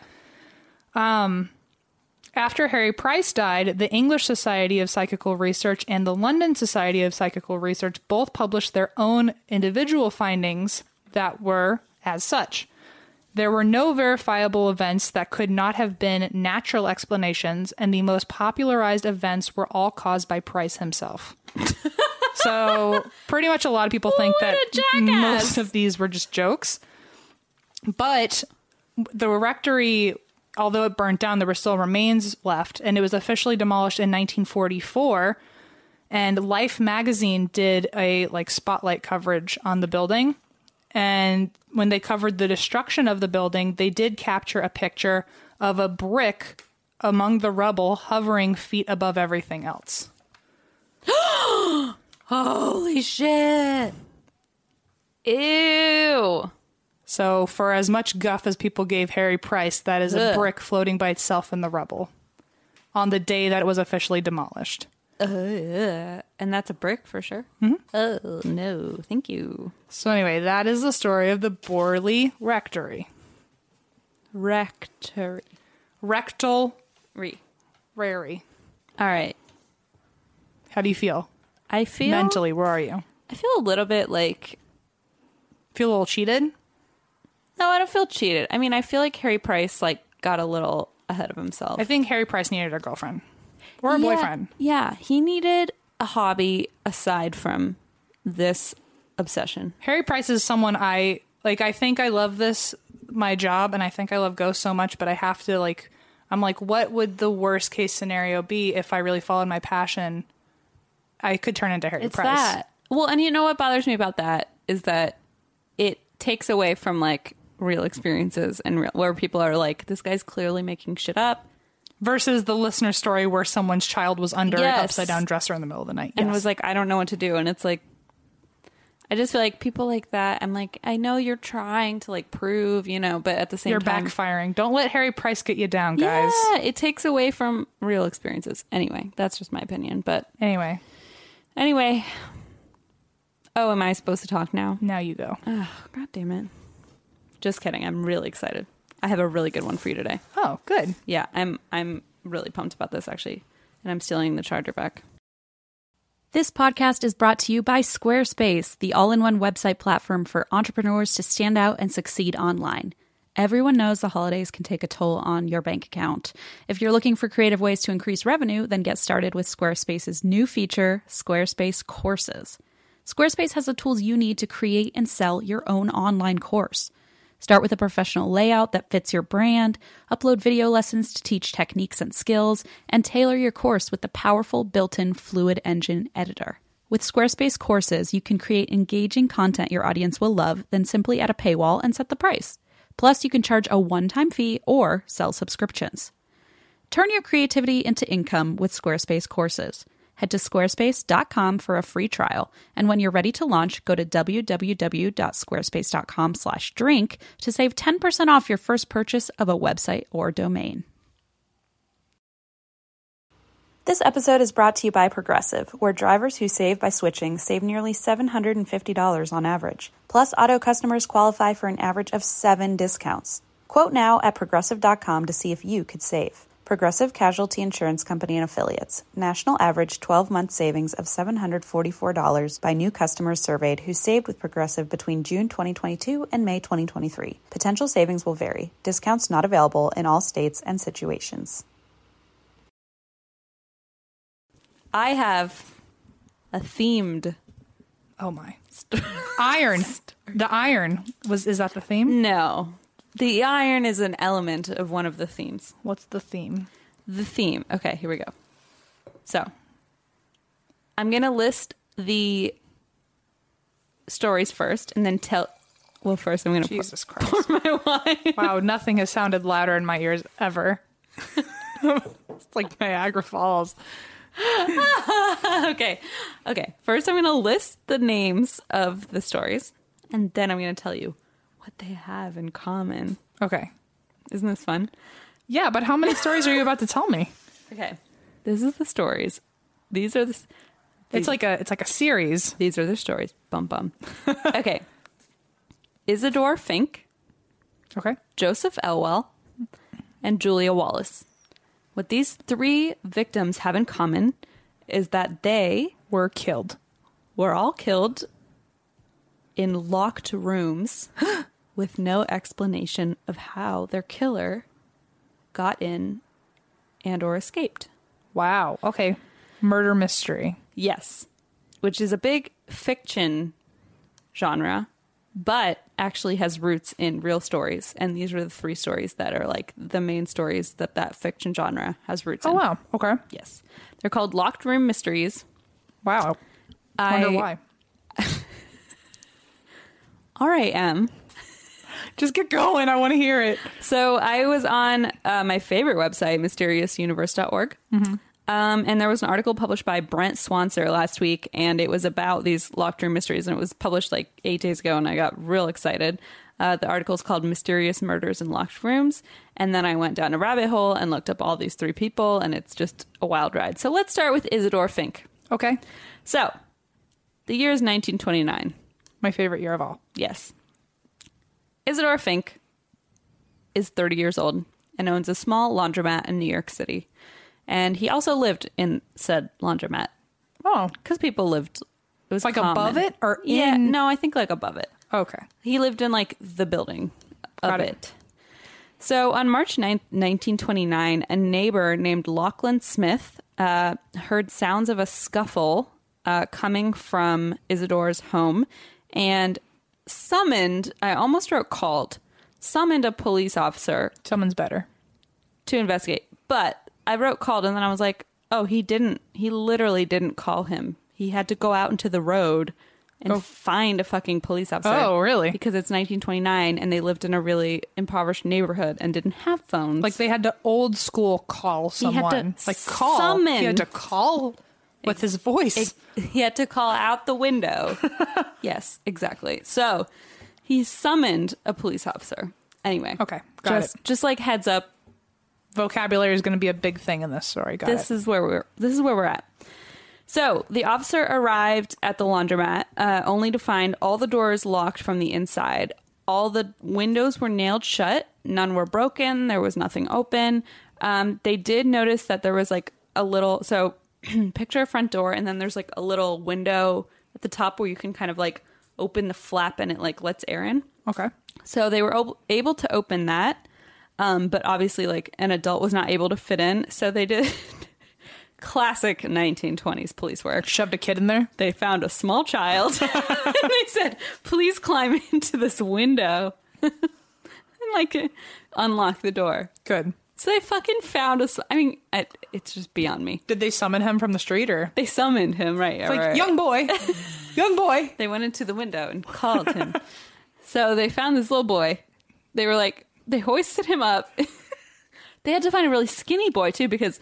After Harry Price died, the English Society of Psychical Research and the London Society of Psychical Research both published their own individual findings that were as such. There were no verifiable events that could not have been natural explanations, and the most popularized events were all caused by Price himself. so, pretty much a lot of people think
What
that
a jackass.
most of these were just jokes. But the rectory, although it burnt down, there were still remains left, and it was officially demolished in 1944. And Life magazine did a like spotlight coverage on the building. And when they covered the destruction of the building, they did capture a picture of a brick among the rubble, hovering feet above everything else.
Holy shit. Ew.
So, for as much guff as people gave Harry Price, that is a
Ugh.
brick floating by itself in the rubble on the day that it was officially demolished.
Uh, and that's a brick for sure.
Mm-hmm.
Oh, no. Thank you.
So, anyway, that is the story of the Borley Rectory.
Rectory.
Rectal
Re.
Rary.
All right.
How do you feel?
I feel
Mentally, where are you?
I feel a little bit like
Feel a little cheated?
no, I don't feel cheated. I mean, I feel like Harry Price like got a little ahead of himself.
I think Harry Price needed a girlfriend or a
Yeah,
boyfriend.
Yeah, he needed a hobby aside from this obsession.
Harry Price is someone I like. I think I love this my job, and I think I love Ghost so much. But I have to like, I'm like, what would the worst case scenario be if I really followed my passion? I could turn into Harry Price.
that. Well, and you know what bothers me about that is that it takes away from like real experiences and real, where people are like, this guy's clearly making shit up
Versus the listener story where someone's child was under an
Yes.
upside down dresser in the middle of the night
and
Yes.
was like, I don't know what to do. And it's like, I just feel like people like that. I'm like, I know you're trying to like prove, you know, but at the same
You're
time,
backfiring. Don't let Harry Price get you down, guys.
yeah, it takes away from real experiences. Anyway, that's just my opinion. But
Anyway,
anyway, oh, am I supposed to talk now?
now you go.
Oh, God damn it. Just kidding. I'm really excited. I have a really good one for you today.
Oh, good.
Yeah, I'm I'm really pumped about this actually. And I'm stealing the charger back.
This podcast is brought to you by Squarespace, the all in one website platform for entrepreneurs to stand out and succeed online. Everyone knows the holidays can take a toll on your bank account. If you're looking for creative ways to increase revenue, then get started with Squarespace's new feature, Squarespace Courses. Squarespace has the tools you need to create and sell your own online course. Start with a professional layout that fits your brand, upload video lessons to teach techniques and skills, and tailor your course with the powerful built in Fluid Engine editor. With Squarespace courses, you can create engaging content your audience will love, then simply add a paywall and set the price. Plus, you can charge a one time fee or sell subscriptions. Turn your creativity into income with Squarespace courses. Head to squarespace.com for a free trial, and when you're ready to launch, go to www.squarespace.com/drink to save 10% off your first purchase of a website or domain.
This episode is brought to you by Progressive, where drivers who save by switching save nearly $750 on average. Plus, auto customers qualify for an average of seven discounts. Quote now at progressive.com to see if you could save. Progressive Casualty Insurance Company and Affiliates. National average 12 month savings of $744 by new customers surveyed who saved with Progressive between June 2022 and May 2023. Potential savings will vary. Discounts not available in all states and situations.
I have a themed
Oh my. Iron. The iron was is that the theme?
No. The iron is an element of one of the themes.
What's the theme?
The theme. Okay, here we go. So, I'm going to list the stories first and then tell well first I'm going to
Jesus Christ. wow, nothing has sounded louder in my ears ever. it's like Niagara Falls.
okay. Okay. First, I'm going to list the names of the stories, and then I'm going to tell you what they have in common.
Okay.
Isn't this fun?
Yeah, but how many stories are you about to tell me?
Okay. This is the stories. These are the s-
It's like a it's like a series.
these are the stories. Bum bum. okay. Isidore Fink,
Okay.
Joseph Elwell, and Julia Wallace. What these three victims have in common is that they
We're killed.
were all killed in locked rooms with no explanation of how their killer got in and or escaped.
Wow. Okay. Murder mystery.
Yes, which is a big fiction genre, but actually has roots in real stories and these are the three stories that are like the main stories that that fiction genre has roots
Oh
in.
wow. Okay.
Yes. They're called locked room mysteries.
Wow. I wonder why.
All right, M.
Just get going. I want to hear it.
So I was on uh, my favorite website, mysteriousuniverse.org. Um, and there was an article published by Brent Swanser last week, and it was about these locked room mysteries. And it was published like eight days ago, and I got real excited. Uh, the article is called Mysterious Murders in Locked Rooms. And then I went down a rabbit hole and looked up all these three people, and it's just a wild ride. So let's start with Isidore Fink.
Okay.
So the year is 1929.
My favorite year of all.
Yes. Isidore Fink is 30 years old and owns a small laundromat in New York City. And he also lived in said laundromat
Oh,
because people lived. It was
Like
common.
above it or
yeah?
in-
No, I think like above it.
okay.
He lived in like the building of
Got
it.
it.
So on March 9th, 1929, a neighbor named Lachlan Smith uh, heard sounds of a scuffle uh, coming from Isidore's home and summoned, I almost wrote called, summoned a police officer
Someone's better.
to investigate. But I wrote called and then I was like, oh, he didn't. He literally didn't call him. He had to go out into the road and find a fucking police officer.
Oh, really?
Because it's 1929 and they lived in a really impoverished neighborhood and didn't have phones.
Like they had to old school call
had to
someone. like call.
summon.
He had to call with his voice.
he had to call out the window. yes, exactly. So he summoned a police officer. Anyway.
Okay, got
just,
it.
just like heads up,
Vocabulary is going to be a big thing in this story. Got
this
it.
is where we're this is where we're at. So the officer arrived at the laundromat uh, only to find all the doors locked from the inside. All the windows were nailed shut. None were broken. There was nothing open. Um, they did notice that there was like a little so picture a front door and then there's like a little window at the top where you can kind of like open the flap and it like lets air in.
okay.
So they were ob- able to open that, um, but obviously, like an adult was not able to fit in. So they did classic 1920s police work.
Shoved a kid in there.
They found a small child and they said, "Please climb into this window and like unlock the door."
Good.
So they fucking found us. I mean, I, it's just beyond me.
Did they summon him from the street or?
They summoned him, right?
Like,
right.
young boy. young boy.
They went into the window and called him. so they found this little boy. They were like, they hoisted him up. they had to find a really skinny boy too because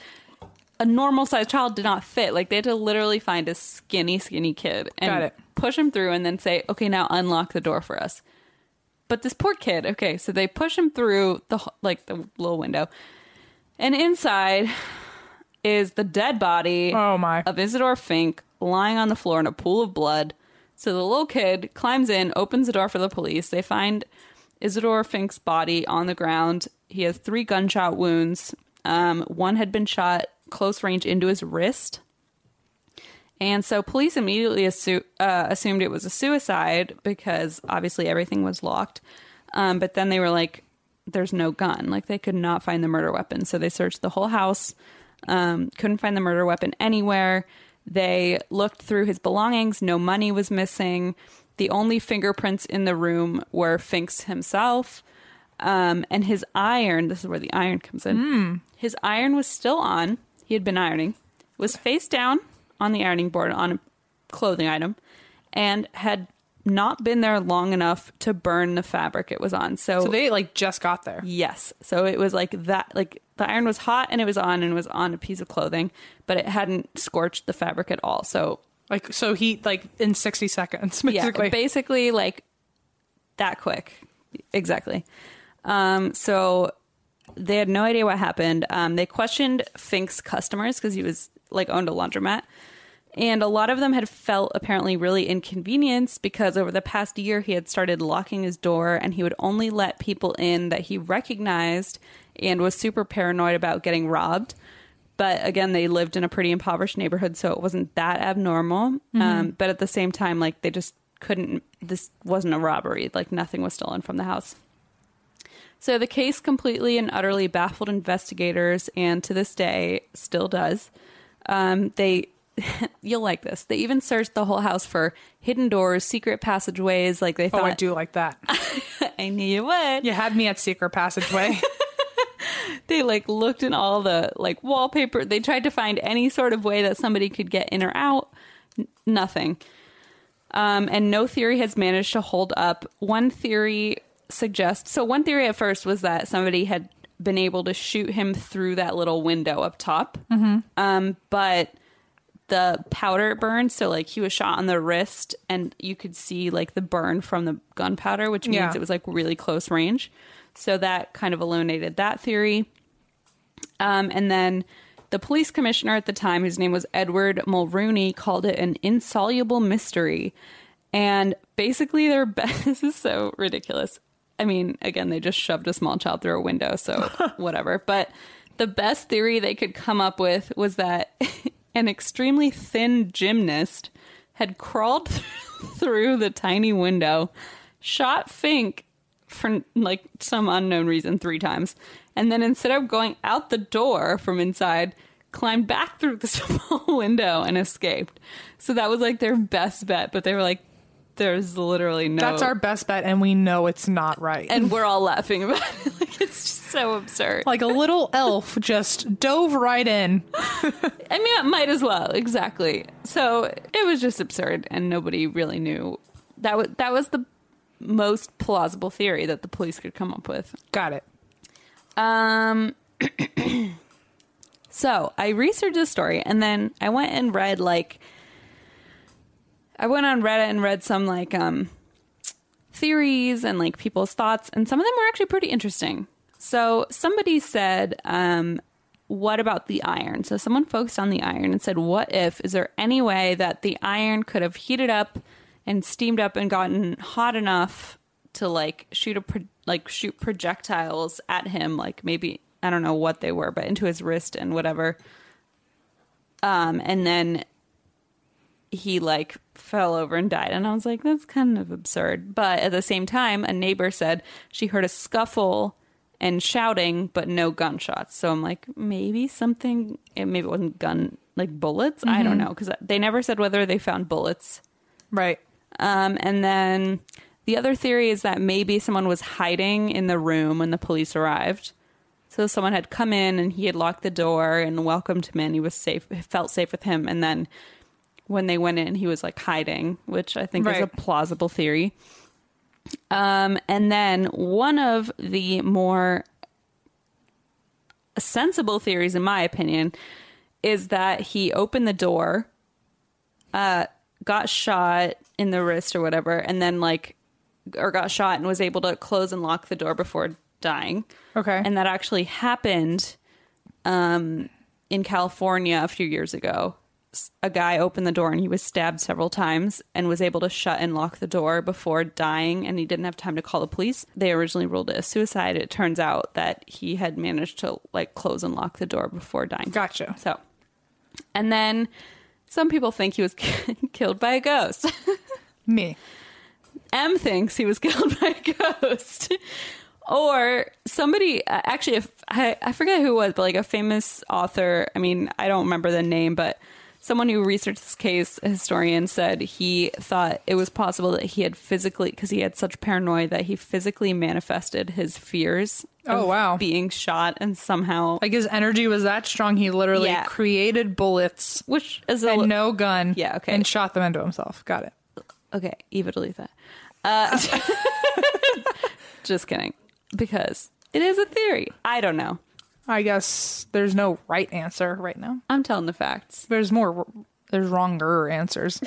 a normal sized child did not fit. Like they had to literally find a skinny, skinny kid and
Got it.
push him through and then say, okay, now unlock the door for us. But this poor kid, okay, so they push him through the h- like the little window. And inside is the dead body
Oh, my.
of Isidore Fink lying on the floor in a pool of blood. So the little kid climbs in, opens the door for the police. They find Isidore Fink's body on the ground. He has three gunshot wounds. Um, one had been shot close range into his wrist. And so police immediately assu- uh, assumed it was a suicide because obviously everything was locked. Um, but then they were like, there's no gun. Like they could not find the murder weapon. So they searched the whole house, um, couldn't find the murder weapon anywhere. They looked through his belongings. No money was missing. The only fingerprints in the room were Fink's himself. Um, and his iron, this is where the iron comes in. His iron was still on. He had been ironing, was face down on the ironing board on a clothing item, and had not been there long enough to burn the fabric it was on. So,
So they like just got there.
yes. So it was like that, like the iron was hot and it was on and was on a piece of clothing, but it hadn't scorched the fabric at all. So
Like so he like in 60 seconds basically.
Yeah, basically like that quick. Exactly. Um, so they had no idea what happened. Um, they questioned Fink's customers because he was like owned a laundromat. And a lot of them had felt apparently really inconvenienced because over the past year he had started locking his door and he would only let people in that he recognized and was super paranoid about getting robbed. But again, they lived in a pretty impoverished neighborhood, so it wasn't that abnormal. Um, but at the same time, like they just couldn't, this wasn't a robbery. Like nothing was stolen from the house. So the case completely and utterly baffled investigators, and to this day still does. Um, they, you'll like this. They even searched the whole house for hidden doors, secret passageways. Like they
oh,
thought,
I do like that.
I knew you would.
you had me at secret passageway.
They like looked in all the like wallpaper. They tried to find any sort of way that somebody could get in or out. N- nothing. Um, and no theory has managed to hold up. One theory suggest. So, one theory at first was that somebody had been able to shoot him through that little window up top. Um, but the powder burned, so like he was shot on the wrist, and you could see like the burn from the gunpowder, which means
Yeah.
it was like really close range. So that kind of eliminated that theory. Um, and then the police commissioner at the time, whose name was Edward Mulrooney, called it an insoluble mystery. And basically, their be- this is so ridiculous. I mean, again, they just shoved a small child through a window, so whatever. But the best theory they could come up with was that an extremely thin gymnast had crawled through the tiny window, shot Fink for like some unknown reason three times. And then instead of going out the door from inside, climbed back through the small window and escaped. So that was like their best bet, but they were like, there's literally no.
That's our best bet, and we know it's not right.
And we're all laughing about it. Like, it's just so absurd.
like a little elf just dove right in.
I mean, it might as well. Exactly. So it was just absurd, and nobody really knew. That was, that was the most plausible theory that the police could come up with.
Got it.
Um, so I researched this story and then I went and read like I went on Reddit and read some like um theories and like people's thoughts, and some of them were actually pretty interesting. So somebody said, um, "What about the iron?" So someone focused on the iron and said, "What if? Is there any way that the iron could have heated up and steamed up and gotten hot enough to like shoot a pro- like shoot projectiles at him? Like maybe I don't know what they were, but into his wrist and whatever." Um, and then he like fell over and died. And I was like, that's kind of absurd. But at the same time, a neighbor said she heard a scuffle and shouting, but no gunshots. So I'm like, maybe something, it maybe it wasn't gun, like bullets. I don't know. Because they never said whether they found bullets.
Right.
Um, and then the other theory is that maybe someone was hiding in the room when the police arrived. So someone had come in and he had locked the door and welcomed him in. He was safe, felt safe with him. And then when they went in, he was like hiding, which I think is a
Right.
plausible theory. Um, and then one of the more sensible theories, in my opinion, is that he opened the door, uh, got shot in the wrist or whatever, and then like, or got shot and was able to close and lock the door before dying.
Okay.
And that actually happened um, in California a few years ago. S- A guy opened the door and he was stabbed several times and was able to shut and lock the door before dying, and he didn't have time to call the police. They originally ruled it a suicide. It turns out that he had managed to like close and lock the door before dying.
Gotcha.
So, and then some people think he was killed by a ghost.
Me.
M thinks he was killed by a ghost. or somebody, uh, actually, if, I, I forget who it was, but like a famous author, I mean, I don't remember the name, but someone who researched this case, a historian, said he thought it was possible that he had physically, because he had such paranoia that he physically manifested his fears.
Oh,
of
wow.
Being shot and somehow.
Like his energy was that strong, he literally
Yeah.
created bullets
which is a
and no gun.
Yeah, okay.
And shot them into himself. Got it.
Okay, Eva delete that. Uh, just kidding. Because it is a theory. I don't know.
I guess there's no right answer right now.
I'm telling the facts.
There's more. There's wronger answers.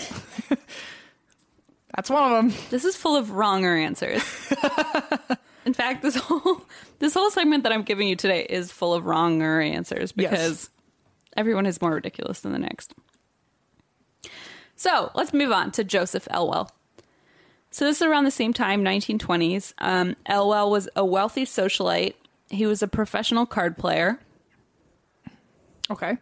That's one of them.
This is full of wronger answers. In fact, this whole this whole segment that I'm giving you today is full of wronger answers
Yes.
because everyone is more ridiculous than the next. So let's move on to Joseph Elwell. So this is around the same time, 1920s. Um, Elwell was a wealthy socialite. He was a professional card player.
Okay.
and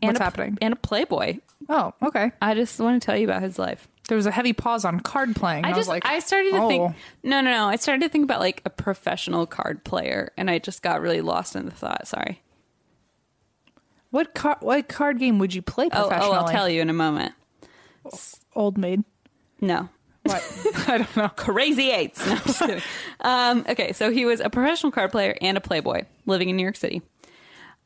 What's
a-
happening?
And a Playboy.
Oh, okay.
I just want to tell you about his life.
There was a heavy pause on card playing.
I
and
just
was like,
I started to
oh.
think no no no I started to think about like a professional card player and I just got really lost in the thought. Sorry.
What card? What card game would you play
Oh,
professionally?
oh I'll tell you in a moment.
Old maid.
No.
What? I don't know.
Crazy eights. No, I'm just kidding. um, okay, so he was a professional card player and a playboy living in New York City.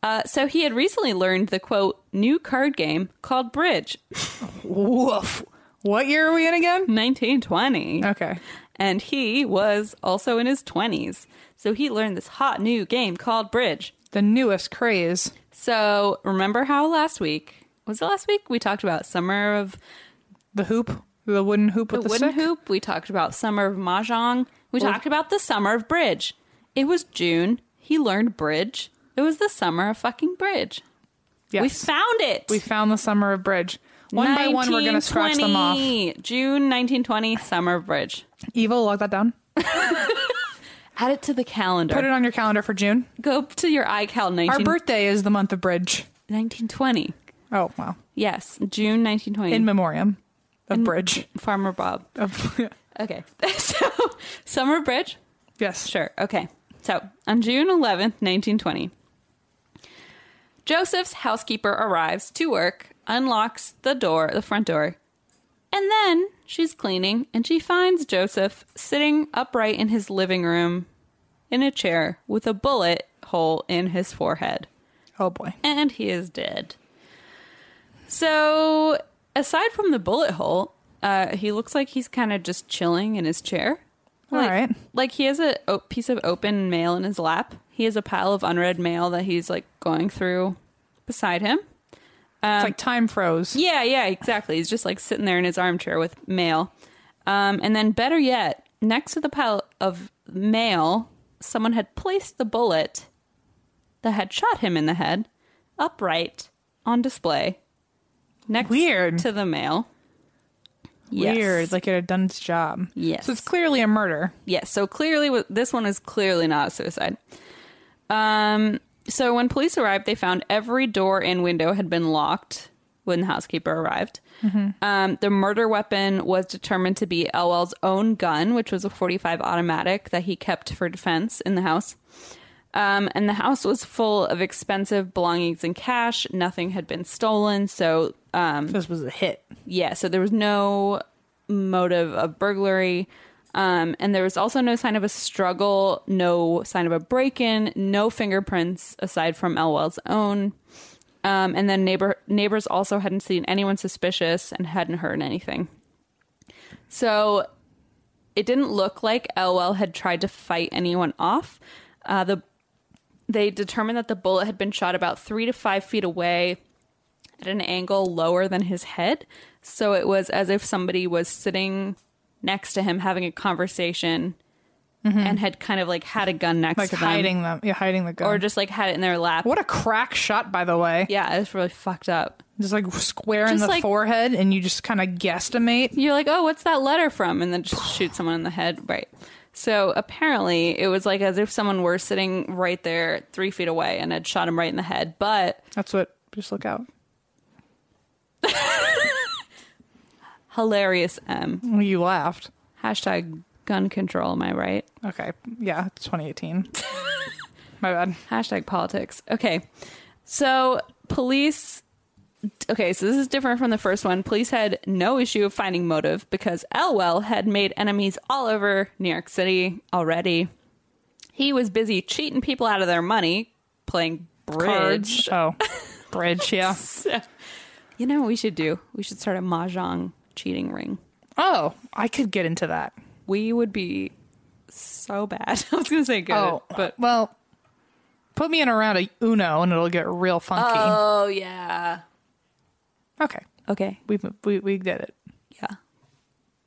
Uh, so he had recently learned the quote new card game called bridge.
Woof. What year are we in again?
1920.
Okay.
And he was also in his 20s. So he learned this hot new game called Bridge.
The newest craze.
So remember how last week, was it last week? We talked about Summer of
The hoop. The wooden hoop with
the
the,
Wooden
stick.
Hoop. We talked about Summer of Mahjong. We talked about the Summer of Bridge. It was June. He learned Bridge. It was the Summer of fucking Bridge.
Yes.
We found it.
We found the summer of bridge. One by one, we're going to scratch them off.
1920. June 1920, Summer of Bridge.
Evil, log that down.
Add it to the calendar.
Put it on your calendar for June.
Go to your iCal 19-
Our birthday is the month of bridge.
1920.
Oh, wow.
Yes, June 1920.
In Oh. memoriam of bridge.
Farmer Bob.
Of,
Okay. so, Summer Bridge.
yes.
Sure. Okay. So, on June 11th, 1920, Joseph's housekeeper arrives to work, unlocks the door, the front door, and then she's cleaning and she finds Joseph sitting upright in his living room in a chair with a bullet hole in his forehead.
Oh, boy.
and he is dead. So, aside from the bullet hole, uh, he looks like he's kind of just chilling in his chair.
All
like,
right.
Like he has a o- piece of open mail in his lap. He has a pile of unread mail that he's like going through beside him. Um,
it's like time froze.
Yeah, yeah, exactly. He's just like sitting there in his armchair with mail. Um, and then, better yet, next to the pile of mail, someone had placed the bullet that had shot him in the head upright on display next
Weird.
to the mail. Yes.
Weird. Like it had done its job.
Yes.
So it's clearly a murder.
Yes. So clearly, wa- this one is clearly not a suicide. Um. So when police arrived, they found every door and window had been locked when the housekeeper arrived. Um, the murder weapon was determined to be Elwell's own gun, which was a 45 automatic that he kept for defense in the house. Um, and the house was full of expensive belongings and cash. Nothing had been stolen, so um,
This was a hit.
yeah, so there was no motive of burglary. Um, and there was also no sign of a struggle, no sign of a break in, no fingerprints aside from Elwell's own. Um, and then neighbor neighbors also hadn't seen anyone suspicious and hadn't heard anything. So it didn't look like Elwell had tried to fight anyone off. Uh, the they determined that the bullet had been shot about three to five feet away at an angle lower than his head. So it was as if somebody was sitting next to him having a conversation and had kind of like had a gun next
Mm-hmm. Like
to them.
hiding them. Yeah, hiding the gun.
Or just like had it in their lap.
what a crack shot, by the way.
Yeah, it's really fucked up.
Just like square in
Just
the
like-
forehead, and you just kind of guesstimate.
You're like, oh, what's that letter from? And then just shoot someone in the head. Right. So apparently it was like as if someone were sitting right there three feet away and had shot him right in the head. But
That's what. Just look out.
hilarious M.
You laughed.
Hashtag gun control, am I right?
Okay. Yeah. It's 2018. My bad.
Hashtag politics. Okay. So police. Okay, so this is different from the first one. Police had no issue of finding motive because Elwell had made enemies all over New York City already. He was busy cheating people out of their money playing bridge.
Cards. Oh, bridge. Yeah.
You know what we should do? We should start a mahjong cheating ring.
Oh, I could get into that.
We would be so bad. I was going to say good,
Oh,
but
well, put me in a round of Uno, and it'll get real funky.
oh yeah.
okay.
Okay,
We we we did it.
yeah.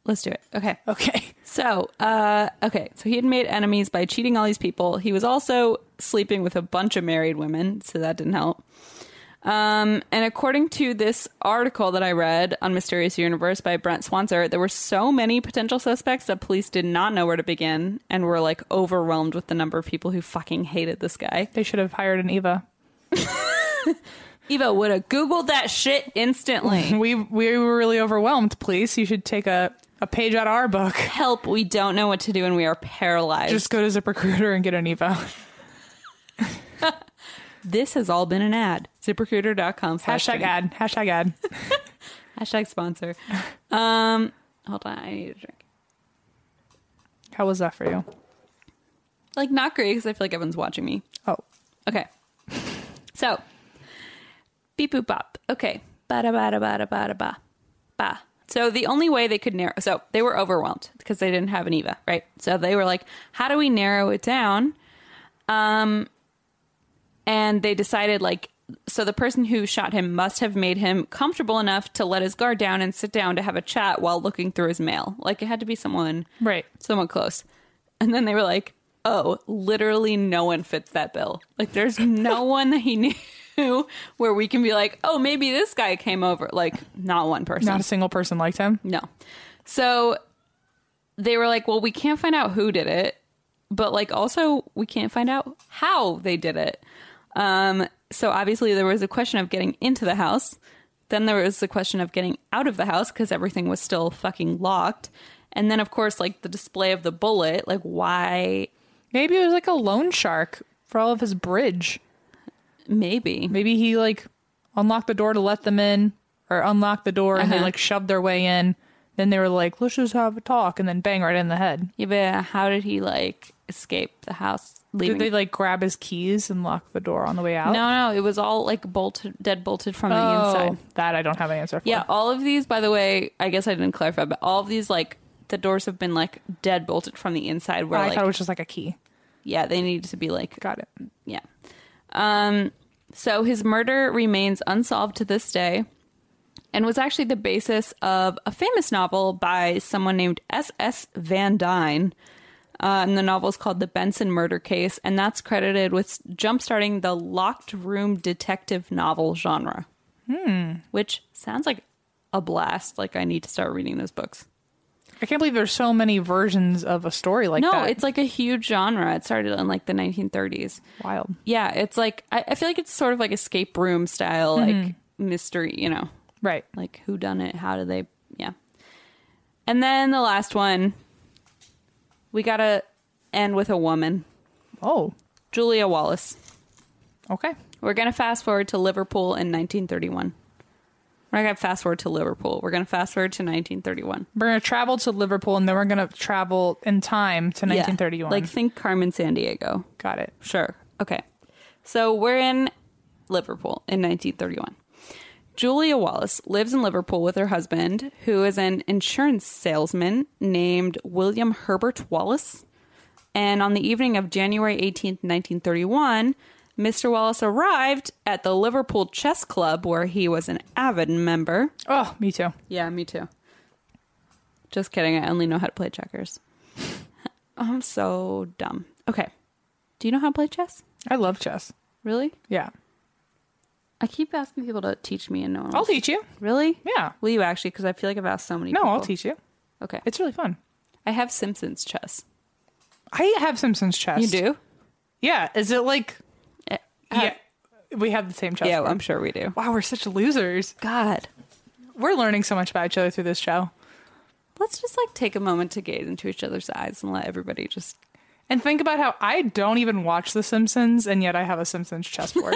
Let's do it. Okay.
Okay.
So, uh, okay, so he had made enemies by cheating all these people. He was also sleeping with a bunch of married women, so that didn't help. Um, and according to this article that I read on Mysterious Universe by Brent Swanser, there were so many potential suspects that police did not know where to begin and were like overwhelmed with the number of people who fucking hated this guy.
They should have hired an Eva.
Eva would have Googled that shit instantly.
We we were really overwhelmed. Please, you should take a a page out of our book.
Help, we don't know what to do and we are paralyzed.
Just go to ZipRecruiter and get an Eva.
this has all been an ad. ZipRecruiter.com. slash
Hashtag
drink.
ad. Hashtag ad.
Hashtag sponsor. Um, hold on, I need a drink.
How was that for you?
Like not great because I feel like everyone's watching me.
Oh,
Okay, so beep boop bop. Okay, ba da ba da ba da ba da ba ba. So the only way they could narrow, so they were overwhelmed because they didn't have an Eva, right? So they were like, how do we narrow it down? Um, and they decided like so the person who shot him must have made him comfortable enough to let his guard down and sit down to have a chat while looking through his mail like it had to be someone
Right.
someone close and then they were like oh literally no one fits that bill like there's no one that he knew where we can be like oh maybe this guy came over like not one person
Not a single person liked him.
no. So they were like, well, we can't find out who did it, but like also we can't find out how they did it. Um, so obviously there was a question of getting into the house. Then there was the question of getting out of the house because everything was still fucking locked. And then, of course, like the display of the bullet, like why?
Maybe it was like a loan shark for all of his bridge.
Maybe.
Maybe he like unlocked the door to let them in or unlocked the door and they
Uh-huh.
like shoved their way in. Then they were like, let's just have a talk and then bang right in the head.
Yeah, but how did he like escape the house? Leaving?
Did they like grab his keys and lock the door on the way out?
no, no, it was all like bolted, dead bolted from the
Oh,
inside.
that I don't have an answer for.
Yeah, all of these, by the way, I guess I didn't clarify, but all of these, like, the doors have been, like, dead bolted from the inside. Where,
I
like,
thought it was just like a key.
yeah, they needed to be, like,
Got it.
yeah. Um, so his murder remains unsolved to this day and was actually the basis of a famous novel by someone named S.S. Van Dyne. Uh, and the novel is called The Benson Murder Case, and that's credited with jumpstarting the locked room detective novel genre. Hmm. Which sounds like a blast. Like, I need to start reading those books.
I can't believe there's so many versions of a story like
no,
that.
it's like a huge genre. It started in like the 1930s.
wild.
Yeah, it's like I, I feel like it's sort of like escape room style, like mystery, you know,
Right.
like who done it, how do they, yeah. And then the last one, we gotta end with a woman,
Oh,
Julia Wallace.
okay.
We're gonna fast forward to Liverpool in 1931. We're not gonna fast forward to Liverpool. We're gonna fast forward to 1931.
We're going to travel to Liverpool and then we're going to travel in time to
Yeah.
1931.
Like think Carmen San Diego.
Got it.
Sure. Okay. So we're in Liverpool in 1931. Julia Wallace lives in Liverpool with her husband, who is an insurance salesman named William Herbert Wallace. And on the evening of January 18th, 1931, Mr. Wallace arrived at the Liverpool Chess Club where he was an avid member.
Oh, me too.
Yeah, me too. Just kidding. I only know how to play checkers. I'm so dumb. Okay. Do you know how to play chess?
I love chess.
Really?
Yeah.
I keep asking people to teach me and no one
I'll
wants-
teach you.
Really?
Yeah.
Will you actually? Because I feel like I've asked so many
No,
people.
I'll teach you.
Okay.
It's really fun.
I have Simpsons chess.
I have Simpsons chess.
You do?
Yeah. Is it like?
Uh,
yeah. We have the same chess.
Yeah,
board.
I'm sure we do.
Wow, we're such losers.
God.
We're learning so much about each other through this show,
Let's just like take a moment to gaze into each other's eyes and let everybody just.
and think about how I don't even watch The Simpsons, and yet I have a Simpsons chessboard.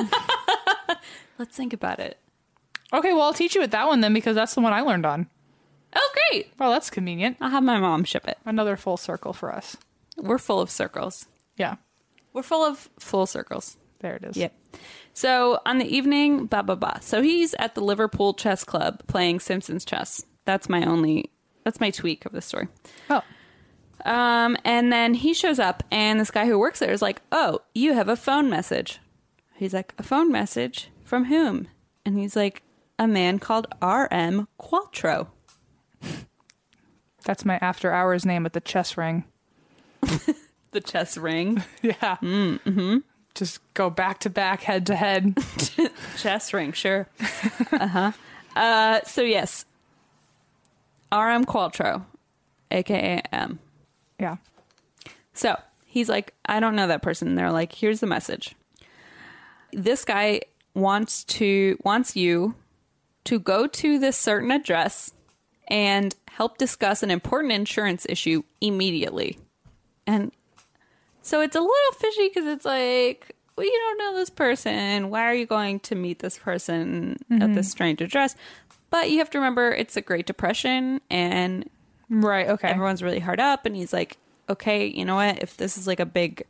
Let's think about it.
okay, well I'll teach you with that one then, because that's the one I learned on.
Oh, great.
Well, that's convenient.
I'll have my mom ship it.
Another full circle for us.
We're full of circles.
Yeah,
We're full of full circles.
there it is.
Yep. So on the evening, blah blah blah. So he's at the Liverpool Chess Club playing Simpsons chess. That's my only. That's my tweak of the story.
Oh,
Um, and then he shows up, and this guy who works there is like, "Oh, you have a phone message." He's like, "A phone message from whom?" And he's like, "A man called R.M. Quattro."
that's my after hours name at the chess ring.
The chess ring,
Yeah. Mm-hmm. Just go back to back, head to head.
chess ring, sure. uh huh. Uh, so yes, R.M. Quattro, aka M.
Yeah.
So he's like, I don't know that person. And they're like, here's the message. This guy wants to wants you to go to this certain address and help discuss an important insurance issue immediately. And so it's a little fishy because it's like, well, you don't know this person. Why are you going to meet this person at this strange address? But you have to remember it's the Great Depression and
Right. Okay.
everyone's really hard up and he's like okay you know what if this is like a big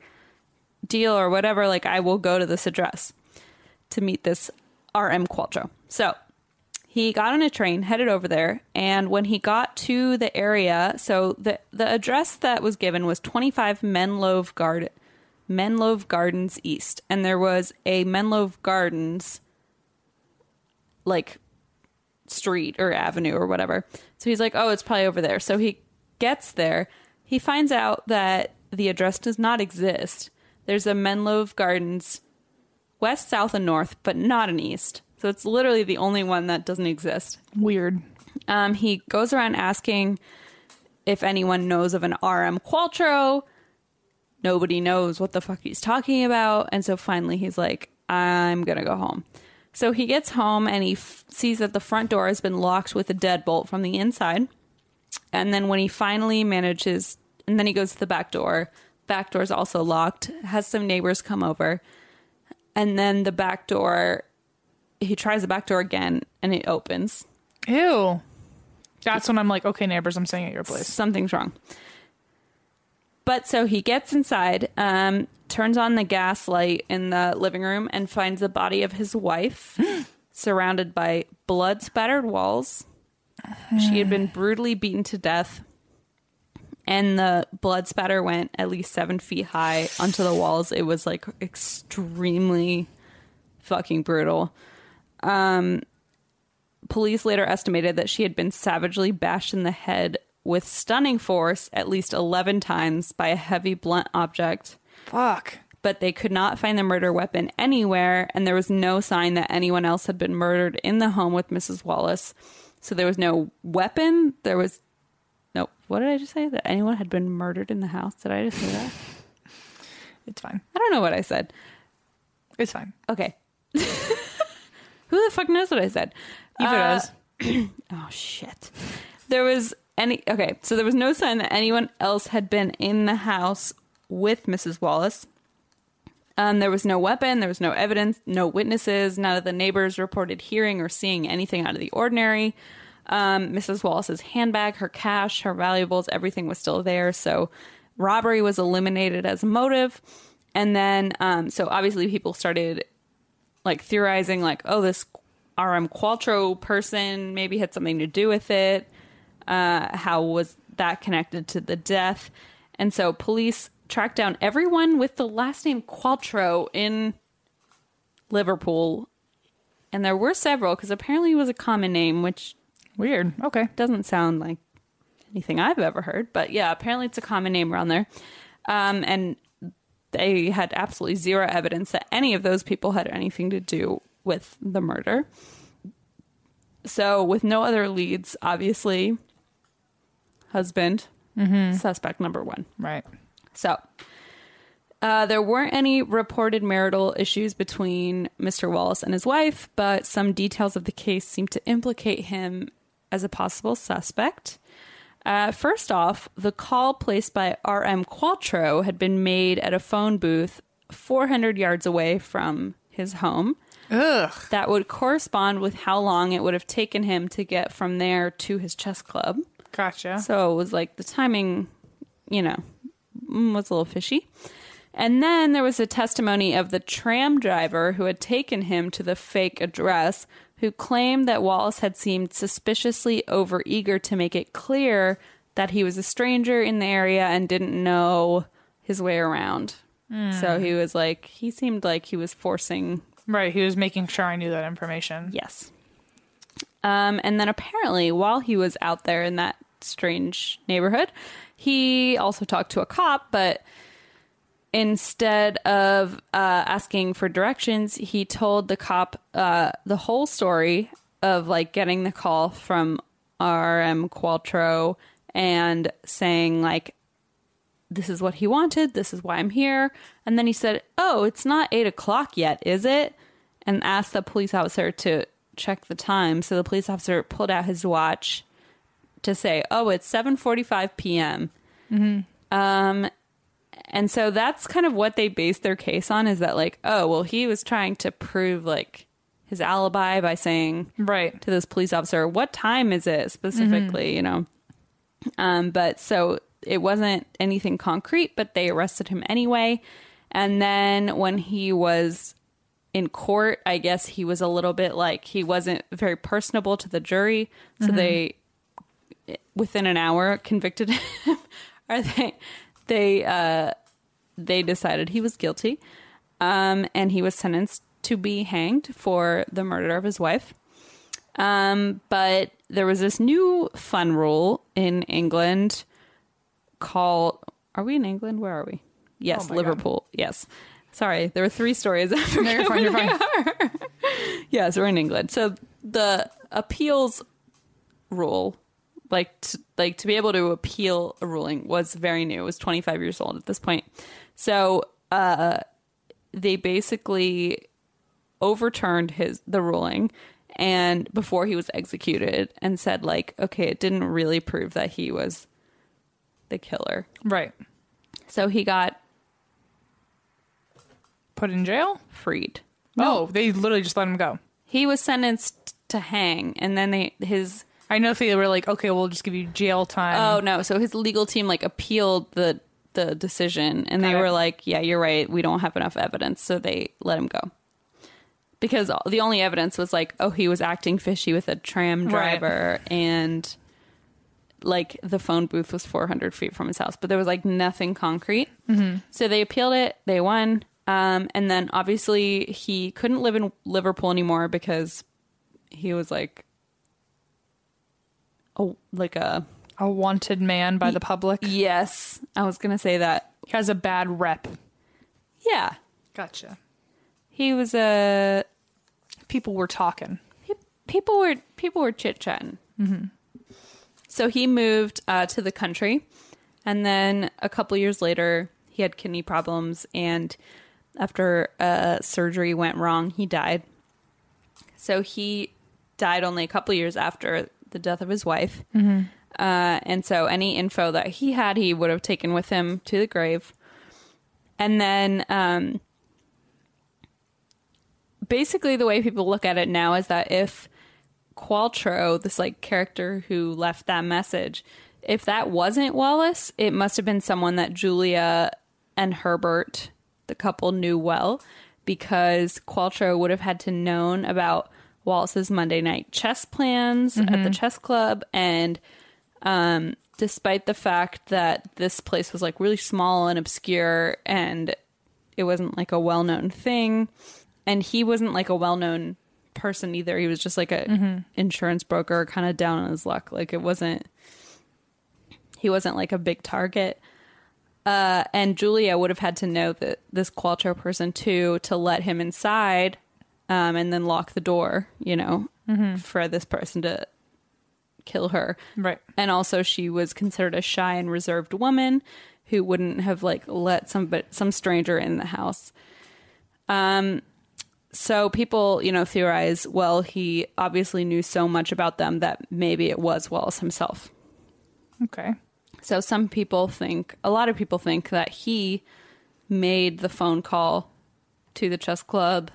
deal or whatever like i will go to this address to meet this rm quattro so He got on a train, headed over there, and when he got to the area, so the the address that was given was 25 Menlove Garden, Menlove Gardens East, and there was a Menlove Gardens like street or avenue or whatever. So he's like, "Oh, it's probably over there." So he gets there. He finds out that the address does not exist. There's a Menlove Gardens west, south, and north, but not an east. So it's literally the only one that doesn't exist.
Weird.
Um, he goes around asking if anyone knows of an RM Qualtro. Nobody knows what the fuck he's talking about. And so finally he's like, I'm going to go home. So he gets home and he f- sees that the front door has been locked with a deadbolt from the inside. And then when he finally manages, and then he goes to the back door. Back door's also locked, has some neighbors come over. And then the back door, he tries the back door again and it opens.
Ew. That's when I'm like, okay, neighbors, I'm staying at your place.
Something's wrong. But so he gets inside, um, turns on the gas light in the living room, and finds the body of his wife surrounded by blood spattered walls. She had been brutally beaten to death, and the blood spatter went at least seven feet high onto the walls. It was like extremely fucking brutal. Police later estimated that she had been savagely bashed in the head with stunning force at least 11 times by a heavy blunt object,
Fuck.
but they could not find the murder weapon anywhere, and there was no sign that anyone else had been murdered in the home with Mrs. Wallace. So there was no weapon. There was no. What did I just say? That anyone had been murdered in the house? Did I just say that?
It's fine.
I don't know what I said.
It's fine.
Okay. Who the fuck knows what I said?
Either
Uh,
does.
Oh shit. There was any okay, so there was no sign that anyone else had been in the house with Mrs. Wallace. Um, there was no weapon, there was no evidence, no witnesses, none of the neighbors reported hearing or seeing anything out of the ordinary. Um, Mrs. Wallace's handbag, her cash, her valuables, everything was still there. So robbery was eliminated as a motive. And then, um, so obviously people started like theorizing like oh this rm qualtro person maybe had something to do with it uh, how was that connected to the death and so police tracked down everyone with the last name qualtro in liverpool and there were several because apparently it was a common name which
Weird. Okay.
doesn't sound like anything I've ever heard, but yeah, apparently it's a common name around there. Um, and they had absolutely zero evidence that any of those people had anything to do with the murder. So, with no other leads, obviously, husband, suspect number one.
Right.
So, uh, there weren't any reported marital issues between Mr. Wallace and his wife, but some details of the case seem to implicate him as a possible suspect. Uh, first off, the call placed by R.M. Qualtro had been made at a phone booth 400 yards away from his home.
Ugh.
That would correspond with how long it would have taken him to get from there to his chess club.
Gotcha.
So it was like the timing, you know, mm, was a little fishy. And then there was a testimony of the tram driver who had taken him to the fake address, who claimed that Wallace had seemed suspiciously overeager to make it clear that he was a stranger in the area and didn't know his way around. So he was like, he seemed like he was forcing
right. He was making sure I knew that information.
Yes. Um, and then apparently, while he was out there in that strange neighborhood, he also talked to a cop, but instead of uh, asking for directions, he told the cop uh, the whole story of like getting the call from RM Qualtro and saying like this is what he wanted. This is why I'm here. And then he said, Oh, it's not eight o'clock yet, is it? And asked the police officer to check the time. So the police officer pulled out his watch to say, Oh, it's 7.45 p.m. Um, and so that's kind of what they based their case on is that like, oh, well, he was trying to prove like his alibi by saying
Right.
to this police officer, what time is it specifically, you know? Um, but so it wasn't anything concrete, but they arrested him anyway. And then when he was in court, I guess he was a little bit like he wasn't very personable to the jury, so they within an hour convicted him. Are they? They uh, they decided he was guilty, um, and he was sentenced to be hanged for the murder of his wife. Um, but there was this new fun rule in England called. Are we in England? Where are we? Yes,
Oh my God.
Liverpool. Yes. Sorry, there were three stories. I forget
you're fine, you're
where they
fine.
are. yes, we're in England. So the appeals rule, like to, like to be able to appeal a ruling, was very new. It was 25 years old at this point. So uh, they basically overturned his the ruling and before he was executed and said like okay it didn't really prove that he was the killer
Right.
so he got
Put in jail?
freed
Oh, they literally just let him go.
he was sentenced to hang and then they his
I know if they were like, okay, we'll just give you jail time.
oh no so his legal team like appealed the the decision and they
Got it.
were like yeah you're right we don't have enough evidence so they let him go because the only evidence was like oh he was acting fishy with a tram
Right.
driver and like the phone booth was 400 feet from his house but there was like nothing concrete
Mm-hmm.
so they appealed it they won um, and then obviously he couldn't live in liverpool anymore because he was like oh like a
a wanted man by the public. He
Yes, I was gonna say that.
has a bad rep.
Yeah,
Gotcha.
he was a.
People were talking.
people were people were chit chatting. Mm-hmm. So he moved uh, to the country, and then a couple years later, he had kidney problems, and after uh, surgery went wrong, he died. So he died only a couple years after the death of his wife, uh, and so any info that he had, he would have taken with him to the grave, and then. Um, basically the way people look at it now is that if Qualtro, this like character who left that message, if that wasn't Wallace, it must have been someone that Julia and Herbert, the couple, knew well, because Qualtro would have had to known about Wallace's Monday night chess plans at the chess club and um, despite the fact that this place was like really small and obscure and it wasn't like a well known thing. And he wasn't like a well known person either. He was just like a insurance broker, kind of down on his luck. Like it wasn't, he wasn't like a big target. Uh, and Julia would have had to know that this Qualtro person too to let him inside um, and then lock the door, you know, for this person to kill her
Right.
and also she was considered a shy and reserved woman who wouldn't have like let some but some stranger in the house um so people you know theorize well he obviously knew so much about them that maybe it was wallace himself
Okay.
so some people think a lot of people think that he made the phone call to the chess club